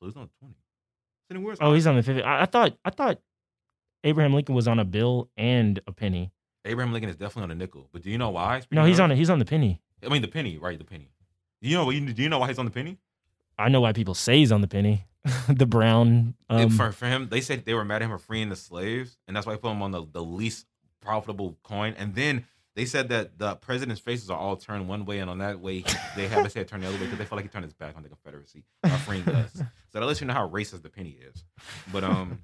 Speaker 2: So he's on the 20. So then where's
Speaker 1: Oh, he's on the 50. I, I thought I thought Abraham Lincoln was on a bill and a penny.
Speaker 2: Abraham Lincoln is definitely on the nickel. But do you know why?
Speaker 1: No, he's on a, he's on the penny.
Speaker 2: I mean the penny, right? The penny. Do you know do you know why he's on the penny?
Speaker 1: I know why people say he's on the penny. the brown um,
Speaker 2: for, for him, they said they were mad at him for freeing the slaves, and that's why they put him on the, the least profitable coin. And then they said that the president's faces are all turned one way, and on that way, he- they have it said turned the other way because they felt like he turned his back on the Confederacy by freeing us. So that lets you know how racist the penny is. But um,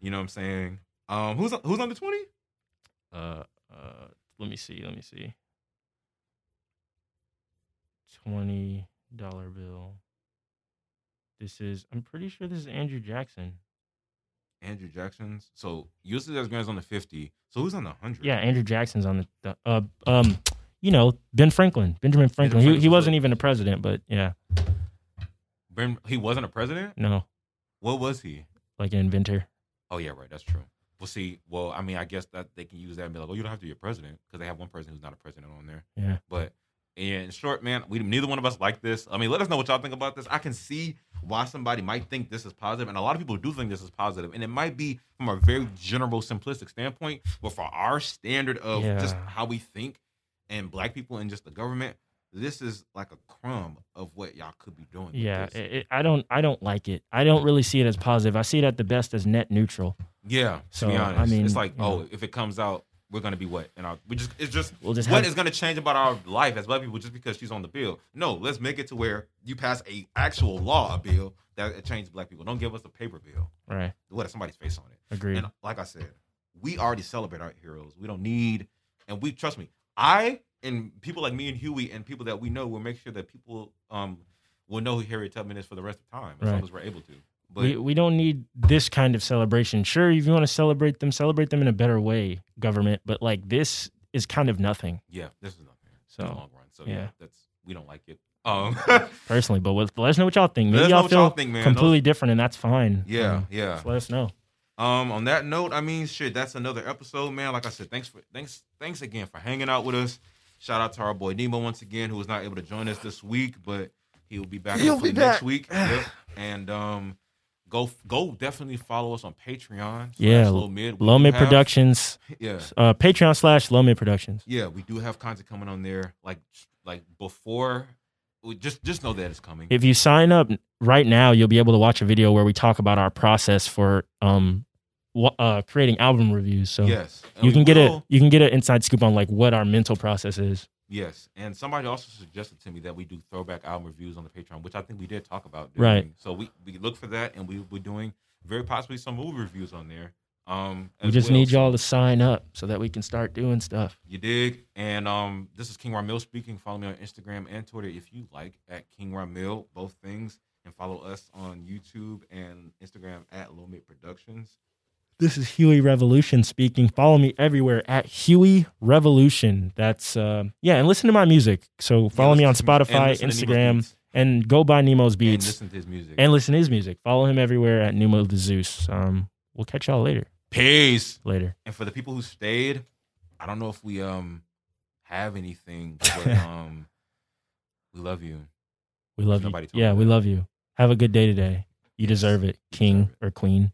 Speaker 2: you know what I'm saying? Um, who's who's on the twenty?
Speaker 1: uh, uh, let me see. Let me see. Twenty dollar bill. This is. I'm pretty sure this is Andrew Jackson.
Speaker 2: Andrew Jackson's. So usually there's grand's on the fifty. So who's on the hundred?
Speaker 1: Yeah, Andrew Jackson's on the. the uh, um, you know Ben Franklin, Benjamin Franklin. he, he
Speaker 2: Franklin's
Speaker 1: wasn't
Speaker 2: a-
Speaker 1: even a president, but yeah,
Speaker 2: Ben, he wasn't a president.
Speaker 1: no,
Speaker 2: What was he?
Speaker 1: like an inventor.
Speaker 2: Oh yeah, right. That's true. Well, see, well, I mean, I guess that they can use that and be like, "Oh, you don't have to be a president," because they have one person who's not a president on there.
Speaker 1: Yeah.
Speaker 2: But in short, man, we neither one of us like this. I mean, let us know what y'all think about this. I can see why somebody might think this is positive, and a lot of people do think this is positive, and it might be from a very general, simplistic standpoint. But for our standard of just
Speaker 1: Yeah.
Speaker 2: how we think, and black people, and just the government, this is like a crumb of what y'all could be doing. with
Speaker 1: Yeah,
Speaker 2: this.
Speaker 1: it, it, I don't. I don't like it. I don't really see it as positive. I see it at the best as net neutral.
Speaker 2: Yeah, to
Speaker 1: So,
Speaker 2: be
Speaker 1: I
Speaker 2: honest,
Speaker 1: mean,
Speaker 2: it's like,
Speaker 1: you
Speaker 2: oh,
Speaker 1: know.
Speaker 2: if it comes out, we're gonna be what? And our we just it's just
Speaker 1: We'll just
Speaker 2: what
Speaker 1: have-
Speaker 2: is gonna change about our life as black people just because she's on the bill? No, let's make it to where you pass a actual law, a bill that it changes black people. Don't give us a paper bill.
Speaker 1: Right.
Speaker 2: What if somebody's face on it?
Speaker 1: Agreed.
Speaker 2: And like I said, we already celebrate our heroes. We don't need, and we trust me. I and people like me and Huey and people that we know will make sure that people um will know who Harriet Tubman is for the rest of time as long
Speaker 1: Right.
Speaker 2: as we're able to. But
Speaker 1: we, we don't need this kind of celebration. Sure, if you want to celebrate them, celebrate them in a better way, government. But like this is kind of nothing.
Speaker 2: yeah, this is not fair.
Speaker 1: So
Speaker 2: in the long run. So yeah,
Speaker 1: yeah.
Speaker 2: that's we don't like it. Um,
Speaker 1: personally, but with, let us know what y'all think.
Speaker 2: Let us
Speaker 1: Maybe
Speaker 2: know
Speaker 1: y'all
Speaker 2: what
Speaker 1: feel
Speaker 2: y'all think, man.
Speaker 1: completely different, and that's fine.
Speaker 2: yeah,
Speaker 1: Um,
Speaker 2: yeah.
Speaker 1: just let us know.
Speaker 2: Um, on that note, I mean, shit, that's another episode, man. Like I said, thanks for thanks thanks again for hanging out with us. Shout out to our boy Nemo once again, who was not able to join us this week, but he'll be back
Speaker 4: He'll
Speaker 2: hopefully
Speaker 4: be
Speaker 2: next
Speaker 4: back.
Speaker 2: week. Yep. And um, go go definitely follow us on Patreon. slash
Speaker 1: Yeah,
Speaker 2: Low Mid. We
Speaker 1: Low
Speaker 2: do
Speaker 1: Mid
Speaker 2: have-
Speaker 1: Productions,
Speaker 2: Yeah.
Speaker 1: uh, Patreon slash Low Mid Productions.
Speaker 2: Yeah, we do have content coming on there. Like like before, we just just know that it's coming.
Speaker 1: If you sign up right now, you'll be able to watch a video where we talk about our process for um, wh- uh, creating album reviews. So
Speaker 2: yes, And
Speaker 1: you
Speaker 2: we
Speaker 1: can get
Speaker 2: will-
Speaker 1: a you can get an inside scoop on like what our mental process is.
Speaker 2: Yes, and somebody also suggested to me that we do throwback album reviews on the Patreon, which I think we did talk about. doing.
Speaker 1: Right.
Speaker 2: So we, we look for that, and we will be doing very possibly some movie reviews on there. Um,
Speaker 1: We
Speaker 2: as
Speaker 1: just
Speaker 2: well.
Speaker 1: need
Speaker 2: So
Speaker 1: y'all to sign up so that we can start doing stuff.
Speaker 2: You dig? And um, this is King Ramil speaking. Follow me on Instagram and Twitter if you like at King Ramil, both things, and follow us on YouTube and Instagram at Lomit Productions.
Speaker 1: This is Huey Revolution speaking. Follow me everywhere at Huey Revolution. That's uh, yeah, and listen to my music. So follow me on
Speaker 2: listen to- and
Speaker 1: Spotify,
Speaker 2: listen to Nemo's
Speaker 1: Instagram,
Speaker 2: Beats.
Speaker 1: and go buy Nemo's
Speaker 2: and
Speaker 1: beats and listen,
Speaker 2: listen to his music.
Speaker 1: to his music. Follow him everywhere at Nemo the Zeus. Um, we'll catch y'all later.
Speaker 2: Peace.
Speaker 1: Later.
Speaker 2: And for the people who stayed, I don't know if we um have anything, but um we love you.
Speaker 1: We love you.
Speaker 2: Nobody told
Speaker 1: Yeah,
Speaker 2: me
Speaker 1: we
Speaker 2: that.
Speaker 1: love you. Have a good day today. You
Speaker 2: Yes,
Speaker 1: deserve it,
Speaker 2: you
Speaker 1: king
Speaker 2: deserve
Speaker 1: or queen.